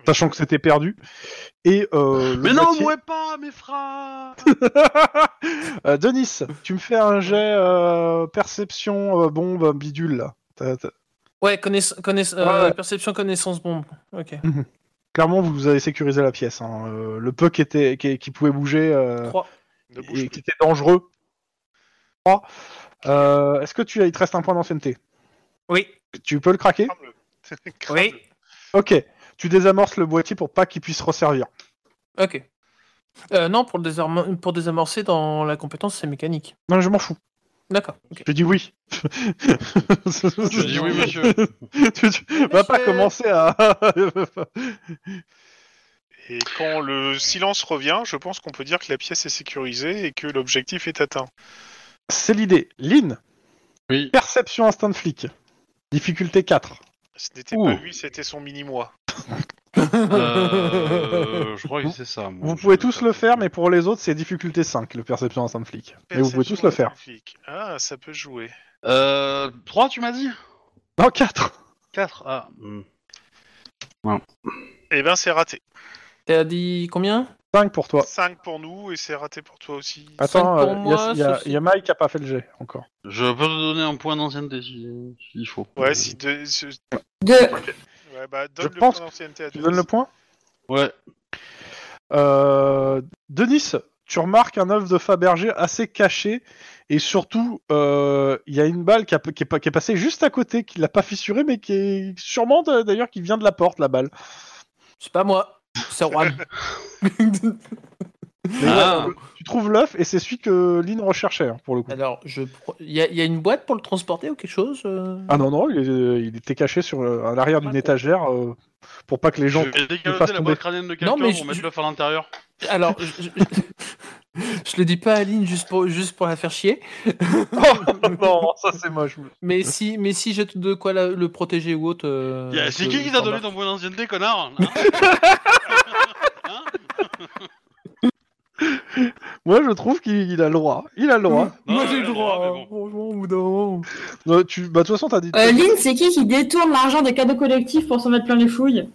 [SPEAKER 2] sachant que c'était perdu. Et euh, le
[SPEAKER 1] Mais non,
[SPEAKER 2] boîtier-
[SPEAKER 1] mouais pas, mes frères
[SPEAKER 2] <laughs> Euh, Denis, tu me fais un jet euh, perception euh, bombe bidule là. T'as- t'as-
[SPEAKER 3] Ouais, connaiss- connaiss- euh,
[SPEAKER 2] Ouais, ouais.
[SPEAKER 3] perception, connaissance, bombe. Ok.
[SPEAKER 2] Clairement, vous avez sécurisé la pièce. hein. Euh, le peu qui était qui, qui pouvait bouger euh,
[SPEAKER 3] Trois.
[SPEAKER 4] Ne bouge
[SPEAKER 2] et
[SPEAKER 4] plus.
[SPEAKER 2] qui était dangereux. Trois. Euh, Est-ce que tu as- il te reste un point d'ancienneté
[SPEAKER 3] Oui.
[SPEAKER 2] Tu peux le craquer
[SPEAKER 4] Crame-le.
[SPEAKER 3] <laughs>
[SPEAKER 4] <laughs> Crame-le.
[SPEAKER 3] Oui.
[SPEAKER 2] Ok, tu désamorces le boîtier pour pas qu'il puisse resservir.
[SPEAKER 3] Ok. Euh, non, pour, le désarmo- pour désamorcer dans la compétence, c'est mécanique.
[SPEAKER 2] Non, je m'en fous.
[SPEAKER 3] D'accord. ok.
[SPEAKER 2] Je dis oui.
[SPEAKER 1] Je
[SPEAKER 2] je
[SPEAKER 1] dis oui, monsieur.
[SPEAKER 2] <laughs> tu, tu vas pas
[SPEAKER 3] Monsieur.
[SPEAKER 2] commencer à. <laughs>
[SPEAKER 4] Et quand le silence revient, je pense qu'on peut dire que la pièce est sécurisée et que l'objectif est atteint.
[SPEAKER 2] C'est l'idée. Lynn,
[SPEAKER 1] <laughs> Oui.
[SPEAKER 2] perception instinct de flic. Difficulté 4.
[SPEAKER 4] Ce n'était
[SPEAKER 1] Ouh.
[SPEAKER 4] pas lui, c'était son mini-moi.
[SPEAKER 1] Euh, je crois que c'est ça. moi.
[SPEAKER 2] Vous pouvez tous le faire, mais pour les autres, c'est difficulté 5, le perception instinct de flic. Mais vous pouvez
[SPEAKER 4] Perception
[SPEAKER 2] tous le faire.
[SPEAKER 4] magnifique. Ah, ça peut jouer.
[SPEAKER 1] Euh, 3, tu m'as dit
[SPEAKER 2] Non, 4
[SPEAKER 1] 4 Ah. hmm.
[SPEAKER 4] Eh ben, c'est raté.
[SPEAKER 3] T'as dit combien
[SPEAKER 2] 5 pour toi.
[SPEAKER 4] 5 pour nous et c'est raté pour toi aussi.
[SPEAKER 2] Attends,
[SPEAKER 3] Cinq pour
[SPEAKER 2] euh, il y a-
[SPEAKER 3] moi,
[SPEAKER 2] il y, a-
[SPEAKER 3] sauf si-
[SPEAKER 2] il y a Mike qui a pas fait le jet encore.
[SPEAKER 1] Je peux te donner un point d'ancienneté si- s'il faut.
[SPEAKER 4] Ouais, si de- ce-
[SPEAKER 5] 2.
[SPEAKER 4] ouais, bah, donne
[SPEAKER 2] Je
[SPEAKER 4] le
[SPEAKER 2] pense
[SPEAKER 4] point d'ancienneté à
[SPEAKER 2] Tu donnes le
[SPEAKER 4] Denis.
[SPEAKER 2] point
[SPEAKER 1] Ouais.
[SPEAKER 2] Euh, Denis, tu remarques un œuf de Fabergé assez caché et surtout, euh, il y a une balle qui, a- qui est, pas- qui est passée juste à côté, qui l'a pas fissurée, mais qui est sûrement de- d'ailleurs qui vient de la porte, la balle.
[SPEAKER 3] C'est pas moi, c'est Juan. <laughs>
[SPEAKER 2] Mais
[SPEAKER 1] Ah.
[SPEAKER 2] ouais, tu trouves l'œuf et c'est celui que Lynn recherchait, hein, pour le coup.
[SPEAKER 5] Ah,
[SPEAKER 3] Alors, je pro- il y, a- il y a une boîte pour le transporter ou quelque chose euh
[SPEAKER 2] Ah non, non, il, est- il était caché sur euh, à l'arrière d'une étagère euh, pour pas que les gens.
[SPEAKER 4] Je-
[SPEAKER 1] Et
[SPEAKER 2] fasse
[SPEAKER 1] décaloter la
[SPEAKER 2] tomber.
[SPEAKER 1] boîte crânienne de
[SPEAKER 3] Non,
[SPEAKER 1] quelqu'un
[SPEAKER 3] mais
[SPEAKER 1] pour
[SPEAKER 3] je-
[SPEAKER 1] mettre
[SPEAKER 3] je-
[SPEAKER 1] l'œuf à l'intérieur.
[SPEAKER 3] Alors, je, je- je <laughs> le dis pas à Aline juste pour, juste pour la faire chier,
[SPEAKER 2] <laughs> non, ça c'est moche.
[SPEAKER 3] mais si, mais si j'ai de quoi la- le protéger ou autre. euh,
[SPEAKER 1] Yeah, c'est
[SPEAKER 3] je-
[SPEAKER 1] qui qui
[SPEAKER 3] je
[SPEAKER 1] t'a
[SPEAKER 3] t'en
[SPEAKER 1] donné
[SPEAKER 3] bats.
[SPEAKER 1] ton point d'ancienneté, connard hein Hein
[SPEAKER 2] Moi, je trouve qu'il il a le droit. Il a le droit.
[SPEAKER 5] Mm.
[SPEAKER 1] Non,
[SPEAKER 3] Moi
[SPEAKER 1] non,
[SPEAKER 3] j'ai le
[SPEAKER 1] non,
[SPEAKER 3] droit,
[SPEAKER 1] mais
[SPEAKER 3] hein, franchement, au bout d'un moment.
[SPEAKER 2] Euh, tu... Bah, de toute façon, t'as dit.
[SPEAKER 5] Euh, Lynn, c'est qui qui détourne l'argent des cadeaux collectifs pour s'en mettre plein les fouilles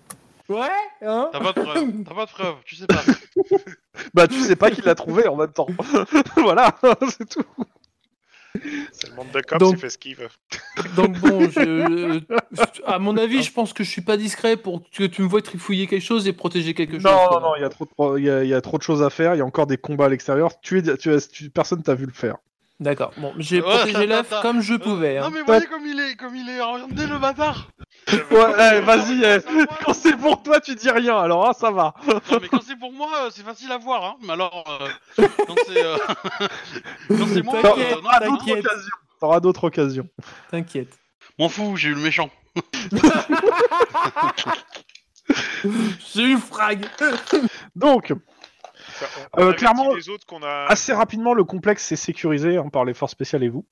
[SPEAKER 3] Ouais, hein
[SPEAKER 1] T'as pas de preuve, t'as pas de preuve, tu sais pas.
[SPEAKER 2] <laughs> Bah, tu sais pas qu'il l'a trouvé en même temps. <laughs> voilà, <laughs> c'est tout.
[SPEAKER 4] C'est le monde d'accord,
[SPEAKER 3] Donc-
[SPEAKER 4] c'est fait ce qu'il veut.
[SPEAKER 3] Donc
[SPEAKER 2] <laughs>
[SPEAKER 3] bon, je- je- à mon avis, je pense que je suis pas discret pour que tu me vois trifouiller quelque chose et protéger quelque chose.
[SPEAKER 2] Non,
[SPEAKER 3] quoi.
[SPEAKER 2] non, non, il y, a trop de pro- il y a, il y a trop de choses à faire. Il y a encore des combats à l'extérieur. Tu es... tu as- tu- Personne t'a vu le faire.
[SPEAKER 3] D'accord, bon, j'ai
[SPEAKER 1] Ouais,
[SPEAKER 3] protégé
[SPEAKER 1] t'as-
[SPEAKER 3] l'œuf
[SPEAKER 1] t'as-
[SPEAKER 3] comme je pouvais. hein.
[SPEAKER 1] Non mais voyez comme il est, comme il est orienté le bâtard
[SPEAKER 2] Ouais, eh, vas-y. eh, <laughs> Quand c'est pour toi, tu dis rien. Alors, hein, ça va.
[SPEAKER 1] Non mais quand c'est pour moi, euh, c'est facile à voir, hein. Mais alors, euh, quand c'est... euh, <laughs> quand c'est moi,
[SPEAKER 3] T'inquiète,
[SPEAKER 1] euh, non,
[SPEAKER 3] t'inquiète.
[SPEAKER 1] non, non.
[SPEAKER 3] T'inquiète.
[SPEAKER 2] occasions. T'auras d'autres occasions.
[SPEAKER 3] T'inquiète.
[SPEAKER 1] M'en fous, j'ai eu le méchant.
[SPEAKER 3] J'ai eu le frag
[SPEAKER 2] Donc,
[SPEAKER 4] <laughs> Enfin, on-
[SPEAKER 2] Euh,
[SPEAKER 4] on avait
[SPEAKER 2] clairement- ah,
[SPEAKER 4] dit les autres qu'on a.
[SPEAKER 2] assez rapidement, le complexe est sécurisé hein, par les forces spéciales et vous.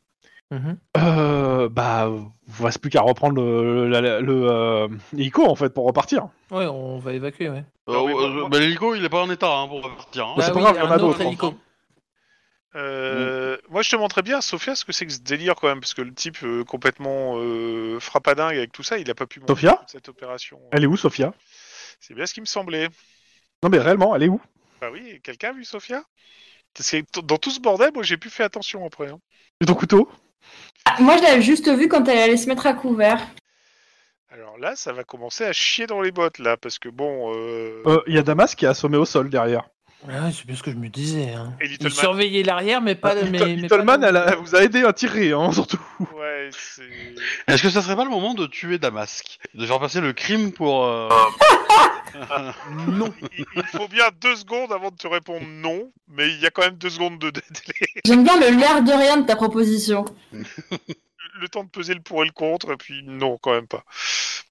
[SPEAKER 3] Mhm.
[SPEAKER 2] Euh, bah, vous reste plus qu'à reprendre le, le, la- le, euh, l'hélico, en fait pour repartir.
[SPEAKER 3] Ouais, on va évacuer, ouais.
[SPEAKER 1] Euh,
[SPEAKER 4] Non, mais moi-
[SPEAKER 1] euh,
[SPEAKER 4] moi-
[SPEAKER 1] bah, l'hélico, il est pas en état hein, pour repartir. Hein.
[SPEAKER 2] Bah, c'est pas grave, il y en a
[SPEAKER 3] un autre
[SPEAKER 2] d'autres,
[SPEAKER 3] hélico.
[SPEAKER 4] Euh, Moi, je te montrais bien, Sophia, ce que c'est que ce délire quand même, parce que le type euh, complètement euh, frappadingue avec tout ça, il a pas pu monter
[SPEAKER 2] Sophia
[SPEAKER 4] toute cette opération. euh,
[SPEAKER 2] Elle est où, Sophia
[SPEAKER 4] C'est bien ce qui me semblait.
[SPEAKER 2] Non, mais réellement, elle est où
[SPEAKER 4] Bah oui, quelqu'un a vu Sophia Parce que t- dans tout ce bordel, moi, j'ai plus fait attention après. hein.
[SPEAKER 2] Et ton couteau
[SPEAKER 5] Ah, Moi, je l'avais juste vu quand elle allait se mettre à couvert.
[SPEAKER 4] Alors là, ça va commencer à chier dans les bottes, là, parce que bon. Euh...
[SPEAKER 2] Euh, Il y a Damas qui est assommé au sol derrière.
[SPEAKER 3] Ah, c'est bien ce que je me disais. Hein.
[SPEAKER 4] et
[SPEAKER 3] Il
[SPEAKER 4] Little Man-
[SPEAKER 3] surveillait l'arrière, mais pas... mais,
[SPEAKER 2] Little,
[SPEAKER 3] mais
[SPEAKER 2] Little
[SPEAKER 3] pas
[SPEAKER 2] Man,
[SPEAKER 3] dans-
[SPEAKER 2] elle, a- elle vous a aidé à tirer, hein, <laughs> surtout.
[SPEAKER 4] Ouais, c'est.
[SPEAKER 1] Est-ce que ça serait pas le moment de tuer Damasque De faire passer le crime pour... euh,
[SPEAKER 4] Non il, il faut bien deux secondes avant de te répondre non, mais il y a quand même deux secondes de délai.
[SPEAKER 5] J'aime bien le l'air de rien de ta proposition.
[SPEAKER 4] Le temps de peser le pour et le contre, et puis non, quand même pas.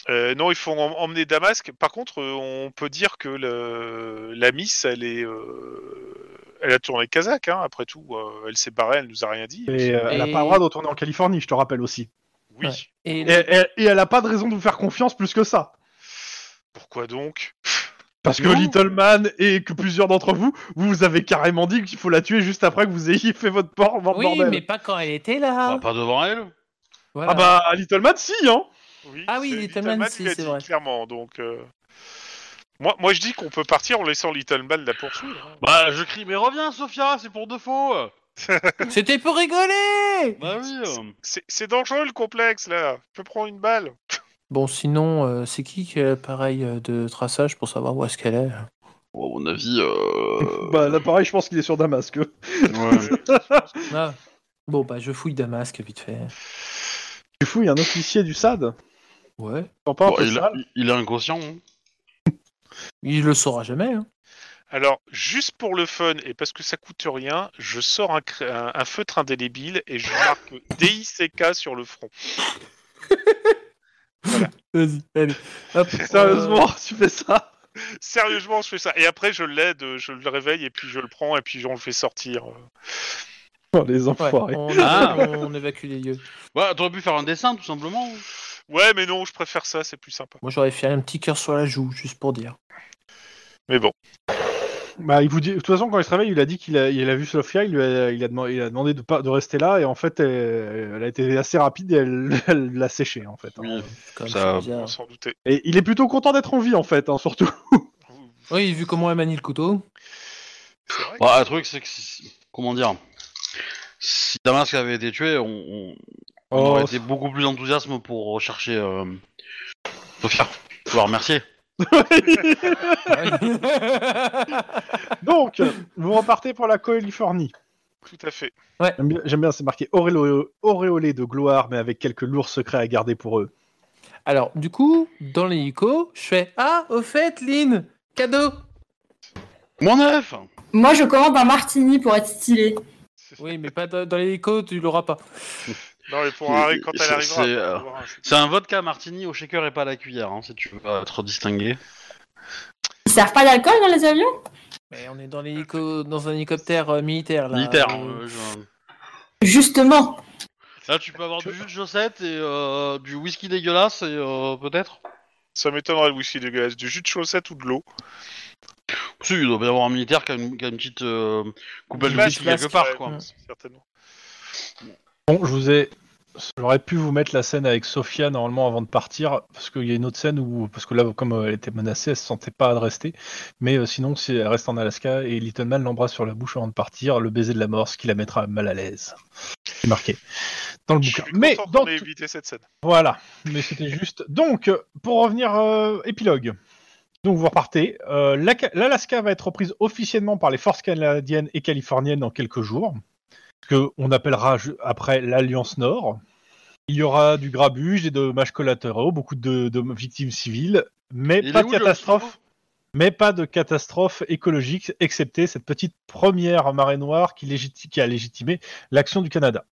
[SPEAKER 4] Euh, non, il faut em- emmener Damasque. Par contre, euh, on peut dire que le- la Miss, elle est. euh, Elle a tourné Kazakh, hein, après tout. Euh, Elle s'est barrée, elle nous a rien dit.
[SPEAKER 2] Et euh, elle a
[SPEAKER 3] Et-
[SPEAKER 2] pas le droit de retourner en Californie, je te rappelle aussi.
[SPEAKER 4] Oui.
[SPEAKER 3] Ouais. Et
[SPEAKER 2] Et, et- et elle a pas de raison de vous faire confiance plus que ça.
[SPEAKER 4] Pourquoi donc
[SPEAKER 2] Parce que
[SPEAKER 4] Non.
[SPEAKER 2] Little Man et que plusieurs d'entre vous, vous vous avez carrément dit qu'il faut la tuer juste après que vous ayez fait votre port. votre
[SPEAKER 3] Oui,
[SPEAKER 2] bordel.
[SPEAKER 3] mais pas quand elle était là.
[SPEAKER 1] bah, pas devant elle
[SPEAKER 3] Voilà.
[SPEAKER 2] Ah bah, à Little Man, si, hein
[SPEAKER 3] Ah oui,
[SPEAKER 4] c'est-
[SPEAKER 3] Little Man, si,
[SPEAKER 4] lui a
[SPEAKER 3] c'est
[SPEAKER 4] dit
[SPEAKER 3] vrai.
[SPEAKER 4] Clairement, donc. euh, Moi, moi, je dis qu'on peut partir en laissant Little Man la poursuivre. hein.
[SPEAKER 1] Bah je crie, mais reviens Sophia, c'est pour de faux
[SPEAKER 3] C'était pour rigoler
[SPEAKER 1] Bah oui euh.
[SPEAKER 4] C'est c'est dangereux le complexe là. Je peux prendre une balle.
[SPEAKER 3] Bon, sinon, euh, c'est qui qui a l'appareil euh, de traçage pour savoir où est-ce qu'elle est
[SPEAKER 1] Bon, à mon avis... Euh...
[SPEAKER 2] Bah là pareil, je pense qu'il est sur Damasque.
[SPEAKER 1] ouais.
[SPEAKER 3] Ah. Bon, bah, je fouille Damasque, vite fait.
[SPEAKER 2] Tu fouilles un officier du SAD
[SPEAKER 3] Ouais.
[SPEAKER 2] T'en parles
[SPEAKER 1] <laughs>
[SPEAKER 2] un
[SPEAKER 1] Bon,
[SPEAKER 2] peu
[SPEAKER 1] il,
[SPEAKER 2] sale
[SPEAKER 1] il est inconscient. hein.
[SPEAKER 3] Il le saura jamais. Hein.
[SPEAKER 4] Alors, juste pour le fun et parce que ça coûte rien, je sors un, cr- un- un feutre indélébile et je
[SPEAKER 3] <laughs>
[SPEAKER 4] marque DICK sur le front.
[SPEAKER 3] Vas-y, allez.
[SPEAKER 1] <laughs>
[SPEAKER 3] Hop,
[SPEAKER 2] Sérieusement, tu fais <laughs> ça
[SPEAKER 4] Sérieusement, je fais ça. Et après, je l'aide, je le réveille et puis je le prends et puis on le fait sortir.
[SPEAKER 2] Oh, Les
[SPEAKER 3] euh, ouais,
[SPEAKER 2] enfoirés.
[SPEAKER 3] on,
[SPEAKER 1] Ah.
[SPEAKER 3] on évacue les lieux.
[SPEAKER 1] Ouais, Bah, t'aurais pu faire un dessin tout simplement.
[SPEAKER 4] Ouais, mais non, je préfère ça, c'est plus sympa.
[SPEAKER 3] Moi, j'aurais fait un petit cœur sur la joue, juste pour dire.
[SPEAKER 4] Mais bon.
[SPEAKER 2] Bah, il vous dit... De toute façon, quand il se réveille, il a dit qu'il a... il a vu Sofia, il, lui a... il, a deman- il a demandé de, pas... de rester là, et en fait, elle, elle a été assez rapide et elle <laughs> elle l'a séché, en fait. hein.
[SPEAKER 1] Oui.
[SPEAKER 3] Quand même,
[SPEAKER 1] Ça-
[SPEAKER 3] c'est
[SPEAKER 4] On
[SPEAKER 3] bizarre.
[SPEAKER 4] s'en doutait.
[SPEAKER 2] Et il est plutôt content d'être en vie, en fait, hein, surtout.
[SPEAKER 3] Oui, vu comment elle manie le couteau.
[SPEAKER 4] C'est vrai que-
[SPEAKER 1] Bah, le truc c'est que... si- Comment dire Si Damasque avait été tué, on, on-
[SPEAKER 2] Oh,
[SPEAKER 1] on aurait été beaucoup plus enthousiasme pour rechercher euh... Sophia. Faut la remercier.
[SPEAKER 3] Ah oui.
[SPEAKER 2] <laughs> Donc, vous repartez pour la Californie.
[SPEAKER 4] Tout à fait.
[SPEAKER 2] J'aime bien, j'aime bien, c'est marqué auréolé, auréolé de gloire, mais avec quelques lourds secrets à garder pour eux.
[SPEAKER 3] <laughs> Alors, du coup, dans l'hélico, je fais Ah, au fait, Lynn, cadeau
[SPEAKER 1] Mon neuf
[SPEAKER 5] Moi, je commande un martini pour être stylé.
[SPEAKER 3] Oui, mais pas dans dans l'hélico, tu l'auras pas.
[SPEAKER 4] Non, mais pour Harry, quand
[SPEAKER 1] C'est-
[SPEAKER 4] elle arrivera.
[SPEAKER 1] c'est, euh,
[SPEAKER 4] on hein, verra, c'est-
[SPEAKER 1] C'est un vodka martini au shaker et pas à la cuillère, hein, si tu veux pas trop distinguer.
[SPEAKER 5] Ils servent pas d'alcool dans les avions
[SPEAKER 3] Mais on est dans l'hélico, dans un hélicoptère euh, militaire là.
[SPEAKER 1] Militaire.
[SPEAKER 3] Euh,
[SPEAKER 1] euh, je-
[SPEAKER 5] Justement.
[SPEAKER 1] Là, tu peux avoir du jus de chaussette et euh, du whisky dégueulasse, et euh, peut-être
[SPEAKER 4] Ça m'étonnerait le whisky dégueulasse. Du jus de chaussette ou de l'eau.
[SPEAKER 1] Si, il doit bien y avoir un militaire qui a une, qui a une petite euh, coupelle de
[SPEAKER 4] Image
[SPEAKER 1] whisky
[SPEAKER 3] flasque,
[SPEAKER 1] quelque part,
[SPEAKER 4] Ouais,
[SPEAKER 1] quoi.
[SPEAKER 3] Mm.
[SPEAKER 4] Certainement.
[SPEAKER 2] Bon, je vous ai. J'aurais pu vous mettre la scène avec Sofia normalement avant de partir, parce qu'il y a une autre scène où, parce que là, comme euh, elle était menacée, elle se sentait pas de rester. Mais euh, sinon, si elle reste en Alaska et Little Man l'embrasse sur la bouche avant de partir, le baiser de la mort, ce qui la mettra mal à l'aise. C'est marqué dans le
[SPEAKER 4] Je suis
[SPEAKER 2] bouquin.
[SPEAKER 4] content
[SPEAKER 2] Mais
[SPEAKER 4] qu'on
[SPEAKER 2] dans
[SPEAKER 4] ait
[SPEAKER 2] tout-
[SPEAKER 4] évité cette scène.
[SPEAKER 2] Voilà, mais c'était juste. Donc, euh, pour revenir euh, épilogue. Donc vous repartez. Euh, l'Aca- L'Alaska va être reprise officiellement par les forces canadiennes et californiennes dans quelques jours, que on appellera ju- après l'Alliance Nord. Il y aura du grabuge, des dommages collatéraux, beaucoup de, de victimes civiles, mais
[SPEAKER 1] Il est
[SPEAKER 2] pas
[SPEAKER 1] où,
[SPEAKER 2] de
[SPEAKER 1] le
[SPEAKER 2] catastrophe. Mais pas de catastrophe écologique, excepté cette petite première marée noire qui, légiti- qui a légitimé l'action du Canada.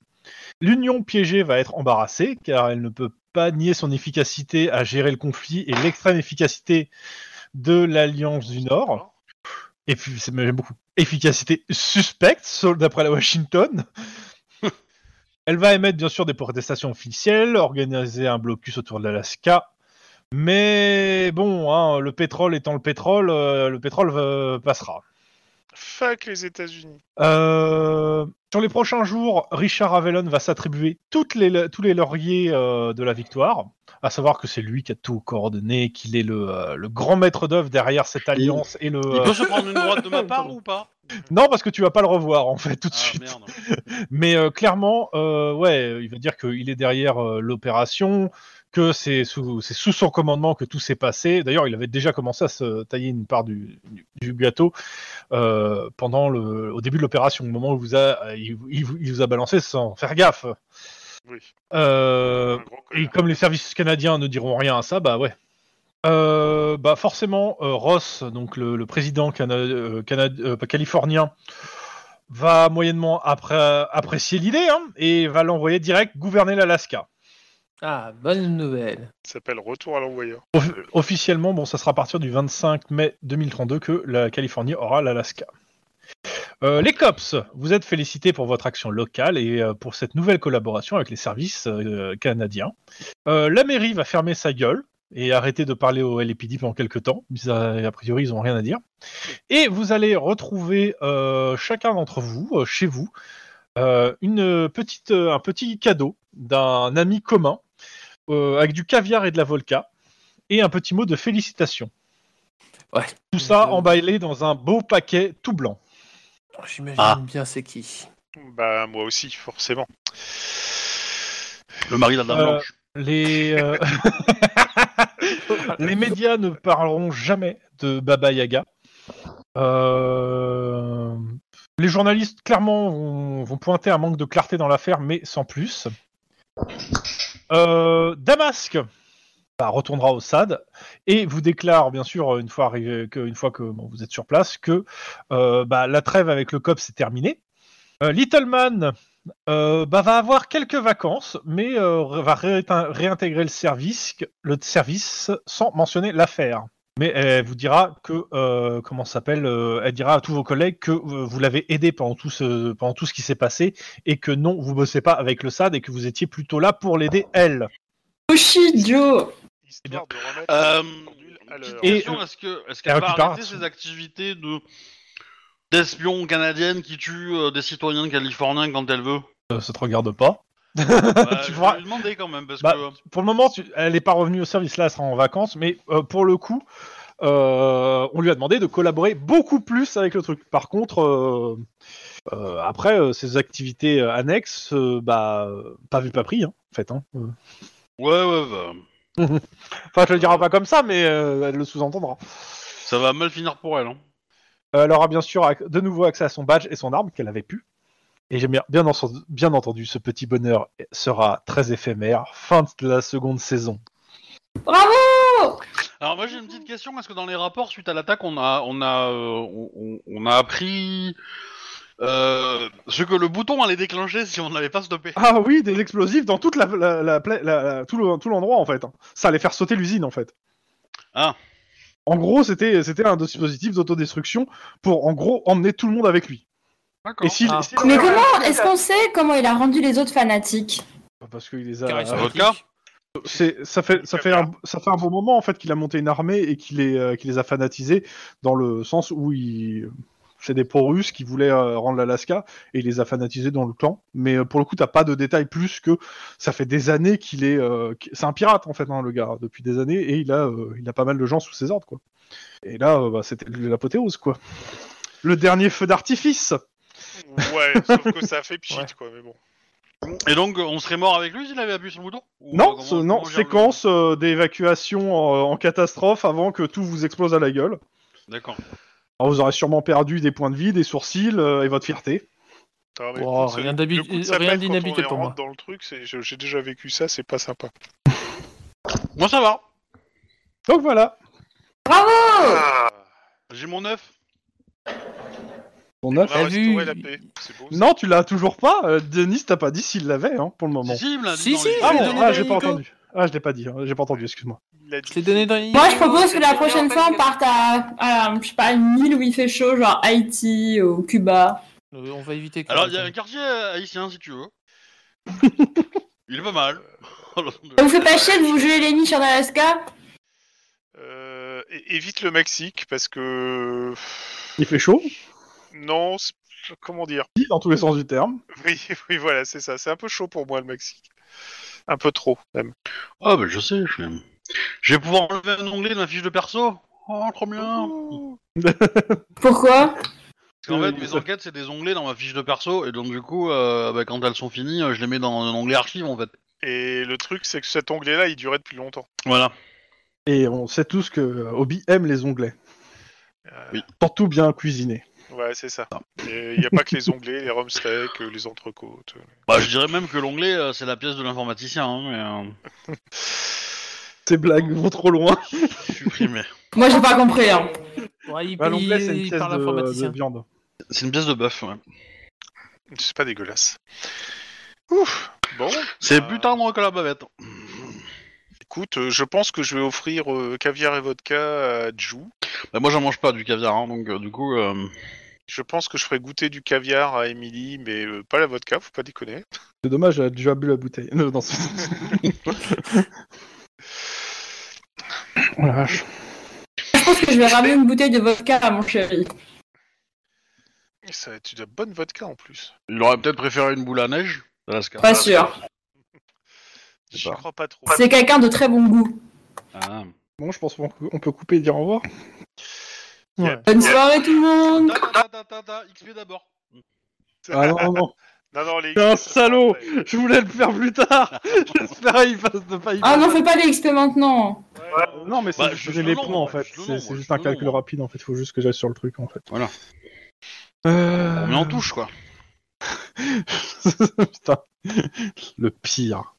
[SPEAKER 2] L'Union piégée va être embarrassée car elle ne peut pas nier son efficacité à gérer le conflit et l'extrême efficacité de l'Alliance du Nord. Et puis, c'est même beaucoup. Efficacité suspecte, sol- d'après la Washington. elle va émettre bien sûr des protestations officielles, organiser un blocus autour de l'Alaska. Mais bon, hein, le pétrole étant le pétrole, euh, le pétrole euh, passera.
[SPEAKER 4] Fuck les États-Unis.
[SPEAKER 2] Euh, sur les prochains jours, Richard Avellone va s'attribuer toutes les, tous les lauriers euh, de la victoire, à savoir que c'est lui qui a tout coordonné, qu'il est le, euh, le grand maître d'œuvre derrière cette alliance et le.
[SPEAKER 1] Il
[SPEAKER 2] euh,
[SPEAKER 1] peut se prendre une droite de ma part ou pas
[SPEAKER 2] Non, parce que tu vas pas le revoir en fait tout de
[SPEAKER 1] Ah,
[SPEAKER 2] suite.
[SPEAKER 1] merde.
[SPEAKER 2] Mais euh, clairement, euh, ouais, il va dire qu'il est derrière euh, l'opération, que c'est sous, c'est sous son commandement que tout s'est passé. D'ailleurs, il avait déjà commencé à se tailler une part du, du- du gâteau euh, pendant le, au début de l'opération, au moment où vous a, il, il vous- il vous a balancé sans faire gaffe.
[SPEAKER 4] Oui.
[SPEAKER 2] Euh,
[SPEAKER 4] un gros
[SPEAKER 2] et
[SPEAKER 4] connard.
[SPEAKER 2] comme les services canadiens ne diront rien à ça, bah ouais. Euh, bah forcément, euh, Ross, donc le, le président cana- euh, canad- euh, pas californien, va moyennement appré- apprécier l'idée hein, et va l'envoyer direct gouverner l'Alaska.
[SPEAKER 3] Ah, bonne nouvelle.
[SPEAKER 4] Ça s'appelle Retour à l'envoyeur.
[SPEAKER 2] Off- officiellement, bon, ça sera à partir du 25 mai 2032 que la Californie aura l'Alaska. Euh, les COPS, vous êtes félicités pour votre action locale et euh, pour cette nouvelle collaboration avec les services euh, canadiens. Euh, la mairie va fermer sa gueule et arrêter de parler au LAPD pendant quelques temps. Ils, euh, A priori, ils n'ont rien à dire. Et vous allez retrouver euh, chacun d'entre vous, euh, chez vous, euh, une petite, euh, un petit cadeau d'un ami commun euh, avec du caviar et de la volca et un petit mot de félicitations.
[SPEAKER 3] Ouais.
[SPEAKER 2] Tout ça
[SPEAKER 3] Euh,
[SPEAKER 2] emballé dans un beau paquet tout blanc.
[SPEAKER 3] J'imagine
[SPEAKER 1] Ah.
[SPEAKER 3] bien c'est
[SPEAKER 1] <laughs>
[SPEAKER 3] qui.
[SPEAKER 4] Bah, moi aussi, forcément.
[SPEAKER 1] Le mari de la dame
[SPEAKER 2] Euh,
[SPEAKER 1] blanche.
[SPEAKER 2] Les,
[SPEAKER 1] <laughs>
[SPEAKER 2] euh, les médias ne parleront jamais de Baba Yaga. Euh, Les journalistes, clairement, vont, vont pointer un manque de clarté dans l'affaire, mais sans plus. Euh, Damasque bah, retournera au SAD et vous déclare, bien sûr, une fois, arrivé, que, une fois que bon, vous êtes sur place, que euh, bah, la trêve avec le COP s'est terminée. Euh, Little Man euh, bah, va avoir quelques vacances, mais euh, va réinté- réintégrer le service, le service sans mentionner l'affaire. Mais elle vous dira que, euh, comment ça s'appelle, euh, elle dira à tous vos collègues que euh, vous l'avez aidé pendant tout, ce, pendant tout ce qui s'est passé et que non, vous bossez pas avec le SAD et que vous étiez plutôt là pour l'aider elle.
[SPEAKER 5] Oh shit, Joe
[SPEAKER 4] Histoire de remettre
[SPEAKER 1] Euh,
[SPEAKER 4] l'huile à l'heure.
[SPEAKER 1] petite
[SPEAKER 2] Et-
[SPEAKER 1] question, est-ce que- est-ce qu'elle
[SPEAKER 2] elle
[SPEAKER 1] va
[SPEAKER 2] récupère
[SPEAKER 1] arrêter
[SPEAKER 2] son-
[SPEAKER 1] ses activités de d'espion canadienne qui tue euh, des citoyens californiens quand elle veut
[SPEAKER 2] Euh, ça te regarde pas.
[SPEAKER 1] Bah,
[SPEAKER 2] <laughs> Tu
[SPEAKER 1] Je
[SPEAKER 2] vois-
[SPEAKER 1] vais lui demander quand même, parce
[SPEAKER 2] Bah,
[SPEAKER 1] que...
[SPEAKER 2] Pour le moment, tu- elle n'est pas revenue au service, là, elle sera en vacances, mais euh, pour le coup, euh, on lui a demandé de collaborer beaucoup plus avec le truc. Par contre, euh, euh, après, euh, ses activités euh, annexes, euh, bah, euh, pas vu, pas pris, hein, en fait. hein. Euh,
[SPEAKER 1] Ouais, ouais, bah,
[SPEAKER 2] Enfin, je le dirai pas comme ça, mais euh, elle le sous-entendra.
[SPEAKER 1] ça va mal finir pour elle. Hein.
[SPEAKER 2] Euh, elle aura bien sûr acc- de nouveau accès à son badge et son arme qu'elle avait pu. Et j'aime bien, bien, en- bien entendu, ce petit bonheur sera très éphémère. Fin de la seconde saison.
[SPEAKER 5] Bravo
[SPEAKER 1] Alors moi j'ai une petite question, est-ce que dans les rapports suite à l'attaque on a on a euh, on, on- on a appris euh, ce que le bouton allait déclencher si on ne l'avait pas stoppé
[SPEAKER 2] Ah oui, des explosifs dans toute la, la- la pla- la- la- tout le- tout l'endroit en fait. hein. Ça allait faire sauter l'usine en fait.
[SPEAKER 1] Ah.
[SPEAKER 2] En gros, c'était c'était un dispositif d'autodestruction pour en gros emmener tout le monde avec lui.
[SPEAKER 1] D'accord.
[SPEAKER 2] Et si,
[SPEAKER 3] Ah.
[SPEAKER 2] si-
[SPEAKER 5] Mais comment Est-ce qu'on sait comment il a rendu les autres fanatiques
[SPEAKER 2] Parce qu'il les a.
[SPEAKER 1] Charismatique.
[SPEAKER 2] C'est ça fait ça fait un, ça fait un bon moment en fait qu'il a monté une armée et qu'il les euh, qu'il les a fanatisés dans le sens où il c'est des pro-russes qui voulaient euh, rendre l'Alaska et il les a fanatisés dans le clan. Mais euh, pour le coup, t'as pas de détails plus que ça fait des années qu'il est. euh, qu'- c'est un pirate en fait, hein, le gars, depuis des années et il a, euh, il a pas mal de gens sous ses ordres quoi. Et là, euh, bah, c'était l'apothéose quoi. Le dernier feu d'artifice.
[SPEAKER 4] Ouais, sauf que ça a fait pchit,
[SPEAKER 3] Ouais.
[SPEAKER 4] quoi, mais bon.
[SPEAKER 1] Et donc euh, on serait mort avec lui s'il avait appuyé sur le bouton Ou, euh,
[SPEAKER 2] Non,
[SPEAKER 1] comment-
[SPEAKER 2] ce- non,
[SPEAKER 1] comment gère le-
[SPEAKER 2] séquence euh, d'évacuation en- en catastrophe avant que tout vous explose à la gueule.
[SPEAKER 1] D'accord.
[SPEAKER 2] Alors, vous aurez sûrement perdu des points de vie, des sourcils euh, et votre fierté.
[SPEAKER 4] Non, mais
[SPEAKER 3] Wow,
[SPEAKER 4] le coup de-
[SPEAKER 3] Oh, rien
[SPEAKER 4] le
[SPEAKER 3] d'habi- euh,
[SPEAKER 4] coup de
[SPEAKER 3] rien
[SPEAKER 4] sapin, quand on
[SPEAKER 3] d'inhabituel
[SPEAKER 4] est
[SPEAKER 3] pour moi.
[SPEAKER 4] rentre dans le truc, c'est- je- j'ai déjà vécu ça, c'est pas sympa.
[SPEAKER 1] Moi ça va.
[SPEAKER 2] Donc voilà.
[SPEAKER 1] J'ai mon œuf.
[SPEAKER 2] Ton
[SPEAKER 4] On
[SPEAKER 2] œuf.
[SPEAKER 4] va
[SPEAKER 3] T'as vu
[SPEAKER 4] restaurer la paix, c'est beau. ça.
[SPEAKER 2] Non, tu l'as toujours pas. Euh, Denis, t'as pas dit s'il l'avait hein, pour le moment.
[SPEAKER 1] Si, si, il me l'a dit
[SPEAKER 3] Si,
[SPEAKER 1] dans
[SPEAKER 3] si,
[SPEAKER 1] les-
[SPEAKER 3] je
[SPEAKER 2] Ah
[SPEAKER 3] l'ai
[SPEAKER 2] bon,
[SPEAKER 3] donné
[SPEAKER 2] ah,
[SPEAKER 3] dans
[SPEAKER 2] j'ai
[SPEAKER 3] les
[SPEAKER 2] pas
[SPEAKER 3] Nico.
[SPEAKER 2] entendu. Ah, je l'ai pas dit. hein, J'ai pas entendu. Excuse-moi.
[SPEAKER 4] Il a dit-
[SPEAKER 3] Je l'ai donné dans les-
[SPEAKER 5] Moi, je propose que la prochaine fois, on parte à, à, je sais pas, une île où il fait chaud, genre Haïti ou Cuba.
[SPEAKER 3] Euh, On va éviter. que-
[SPEAKER 1] Alors il y a un quartier haïtien si tu veux. il est pas mal. <laughs> Oh,
[SPEAKER 5] Ça vous fait pas chier de vous geler les miches en Alaska
[SPEAKER 4] Euh, é- évite le Mexique parce que
[SPEAKER 2] Il fait chaud,
[SPEAKER 4] non, c'est- comment dire <laughs>
[SPEAKER 2] oui, dans tous les sens du terme.
[SPEAKER 4] Oui, oui, voilà, c'est ça. C'est un peu chaud pour moi le Mexique, un peu trop même.
[SPEAKER 1] Ah bah je sais, je vais... Je vais pouvoir enlever un onglet de ma fiche de perso. Oh trop bien.
[SPEAKER 5] Pourquoi
[SPEAKER 1] Parce qu'en
[SPEAKER 2] Oui,
[SPEAKER 1] fait,
[SPEAKER 2] oui,
[SPEAKER 1] mes
[SPEAKER 2] ça-
[SPEAKER 1] enquêtes, c'est des onglets dans ma fiche de perso, et donc du coup, euh, bah, quand elles sont finies, euh, je les mets dans un onglet archive en fait.
[SPEAKER 4] Et le truc, c'est que cet onglet-là, il durait depuis longtemps.
[SPEAKER 1] Voilà.
[SPEAKER 2] Et on sait tous que euh, Obi aime les onglets. Euh,
[SPEAKER 1] Oui.
[SPEAKER 2] Surtout bien cuisinés.
[SPEAKER 4] Ouais, c'est ça. Et Il n'y a pas que les onglets, les rumsteaks, euh, les entrecôtes.
[SPEAKER 1] Bah, je dirais même que l'onglet, euh, c'est la pièce de l'informaticien, hein,
[SPEAKER 2] Ces blagues vont trop loin.
[SPEAKER 1] mais euh, supprimé.
[SPEAKER 5] Moi, j'ai pas compris. Hein.
[SPEAKER 3] Ouais,
[SPEAKER 2] <laughs>
[SPEAKER 3] il,
[SPEAKER 2] Bah,
[SPEAKER 3] il-
[SPEAKER 2] L'onglet, c'est une
[SPEAKER 3] il
[SPEAKER 2] pièce
[SPEAKER 3] parle hein.
[SPEAKER 2] de,
[SPEAKER 3] informaticien.
[SPEAKER 2] de viande.
[SPEAKER 1] C'est une pièce de bœuf, ouais.
[SPEAKER 4] euh, C'est pas dégueulasse. Ouf. Bon,
[SPEAKER 1] C'est
[SPEAKER 4] Ah.
[SPEAKER 1] plus tendre que la bavette.
[SPEAKER 4] écoute, euh, je pense que je vais offrir euh, caviar et vodka à Ju.
[SPEAKER 1] Bah, moi, j'en mange pas du caviar, hein, donc euh, du coup. euh,
[SPEAKER 4] Je pense que je ferai goûter du caviar à Emily, mais euh, pas la vodka, faut pas déconner.
[SPEAKER 2] C'est dommage, elle a déjà bu la bouteille. Non, non, c'est- <laughs> oh la vache.
[SPEAKER 5] Je pense que je vais ramener une bouteille de vodka à mon chéri.
[SPEAKER 4] Ça va être de la bonne vodka en plus.
[SPEAKER 1] Il aurait peut-être préféré une boule à neige d'Alaska.
[SPEAKER 5] Pas sûr.
[SPEAKER 1] Je sais
[SPEAKER 4] J'y
[SPEAKER 1] pas.
[SPEAKER 4] crois pas trop.
[SPEAKER 5] C'est quelqu'un de très bon goût.
[SPEAKER 1] Ah.
[SPEAKER 2] Bon, je pense qu'on on peut couper et dire au revoir.
[SPEAKER 3] Ouais.
[SPEAKER 5] Bonne soirée, tout le monde
[SPEAKER 1] Ta, ta, ta, ta, ta, XP d'abord.
[SPEAKER 2] Ah non, non, non.
[SPEAKER 4] Non, non, les
[SPEAKER 2] T'es un
[SPEAKER 4] ça,
[SPEAKER 2] salaud.
[SPEAKER 4] ça, ouais.
[SPEAKER 2] <laughs> Je voulais le faire plus tard. <laughs> J'espérais qu'il fasse de pas. il
[SPEAKER 5] Ah
[SPEAKER 2] fasse-
[SPEAKER 5] non, fais pas les XP maintenant
[SPEAKER 4] Ouais,
[SPEAKER 2] Euh, Non, mais c'est
[SPEAKER 1] Bah,
[SPEAKER 2] juste
[SPEAKER 1] juste
[SPEAKER 2] donner les
[SPEAKER 1] le nom,
[SPEAKER 2] points en fait.
[SPEAKER 1] juste le
[SPEAKER 2] C'est
[SPEAKER 1] nom,
[SPEAKER 2] c'est
[SPEAKER 1] moi,
[SPEAKER 2] juste
[SPEAKER 1] juste
[SPEAKER 2] un
[SPEAKER 1] le
[SPEAKER 2] calcul
[SPEAKER 1] nom.
[SPEAKER 2] rapide en fait. Faut juste que j'aille sur le truc en fait.
[SPEAKER 1] Voilà.
[SPEAKER 2] Euh...
[SPEAKER 1] On met en touche, quoi.
[SPEAKER 2] <laughs> Putain. Le pire.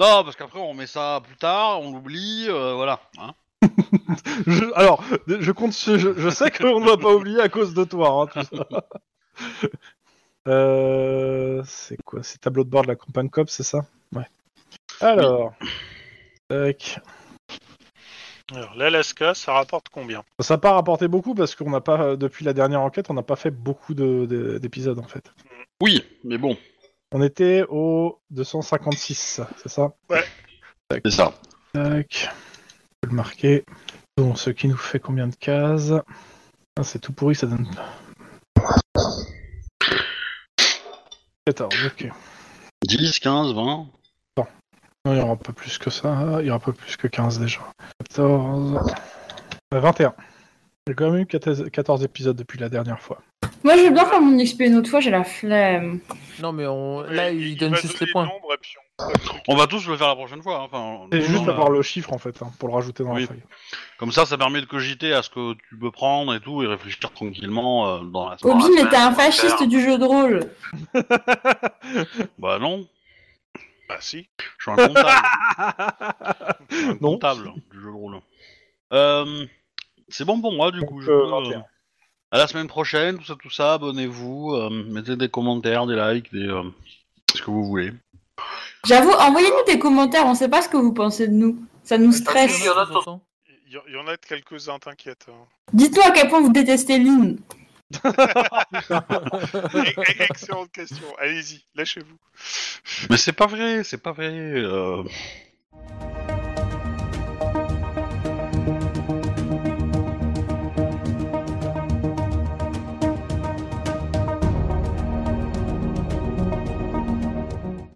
[SPEAKER 1] Non, parce qu'après, on met ça plus tard, on l'oublie, euh, voilà. hein.
[SPEAKER 2] Je- Alors, je compte. sur- Je, je sais qu'on ne va pas oublier à cause de toi. hein,
[SPEAKER 1] <laughs>
[SPEAKER 2] tout ça. Euh, c'est quoi C'est tableau de bord de la campagne COP, c'est ça Ouais. Alors. Tac.
[SPEAKER 4] Alors, l'Alaska, ça rapporte combien
[SPEAKER 2] Ça n'a pas rapporté beaucoup parce qu'on n'a pas, depuis la dernière enquête, on n'a pas fait beaucoup de- de- d'épisodes en fait.
[SPEAKER 1] Oui, mais bon,
[SPEAKER 2] On était au 256, c'est ça
[SPEAKER 1] c'est ça.
[SPEAKER 2] Tac. Je vais le marquer. Donc, ce qui nous fait combien de cases Ah, C'est tout pourri, ça donne. 14, ok.
[SPEAKER 1] 10, 15, 20.
[SPEAKER 2] Non, il y aura pas plus que ça, il y aura pas plus que 15 déjà. 14. euh, 21. J'ai quand même eu 14 14 épisodes depuis la dernière fois.
[SPEAKER 5] Moi, je veux bien faire mon XP une autre fois, j'ai la flemme.
[SPEAKER 3] Non, mais on... là, il, donne
[SPEAKER 4] va
[SPEAKER 3] juste
[SPEAKER 4] donner
[SPEAKER 3] les points.
[SPEAKER 4] le nombre, et puis on voit le truc.
[SPEAKER 1] On va tous le faire la prochaine fois. hein, Enfin,
[SPEAKER 2] C'est
[SPEAKER 1] non,
[SPEAKER 2] juste
[SPEAKER 1] non,
[SPEAKER 2] avoir le chiffre en fait, hein, pour le rajouter dans
[SPEAKER 1] Oui.
[SPEAKER 2] la feuille.
[SPEAKER 1] Comme ça, ça permet de cogiter à ce que tu peux prendre et tout, et réfléchir tranquillement euh, dans la dans la
[SPEAKER 5] Obi
[SPEAKER 1] semaine.
[SPEAKER 5] était un fasciste du jeu de rôle.
[SPEAKER 1] Bah non.
[SPEAKER 4] Bah
[SPEAKER 3] <laughs>
[SPEAKER 4] si.
[SPEAKER 1] Je suis un comptable. Je suis un
[SPEAKER 2] Non.
[SPEAKER 1] comptable hein, du jeu de rôle. Euh, c'est bon pour moi, du coup. Je
[SPEAKER 2] Euh,
[SPEAKER 1] peux, euh, à la semaine prochaine, tout ça, tout ça. Abonnez-vous, euh, mettez des commentaires, des likes, des, euh, ce que vous voulez.
[SPEAKER 5] J'avoue, envoyez-nous des commentaires, on sait pas ce que vous pensez de nous. Ça nous stresse.
[SPEAKER 3] Il y en a de temps en temps.
[SPEAKER 4] Il y, il y en a de quelques-uns, t'inquiète. hein.
[SPEAKER 5] Dites-nous à quel point vous détestez Lynn.
[SPEAKER 4] Eh, eh, Excellente question. Allez-y, lâchez-vous.
[SPEAKER 1] Mais c'est pas vrai, c'est pas vrai. euh.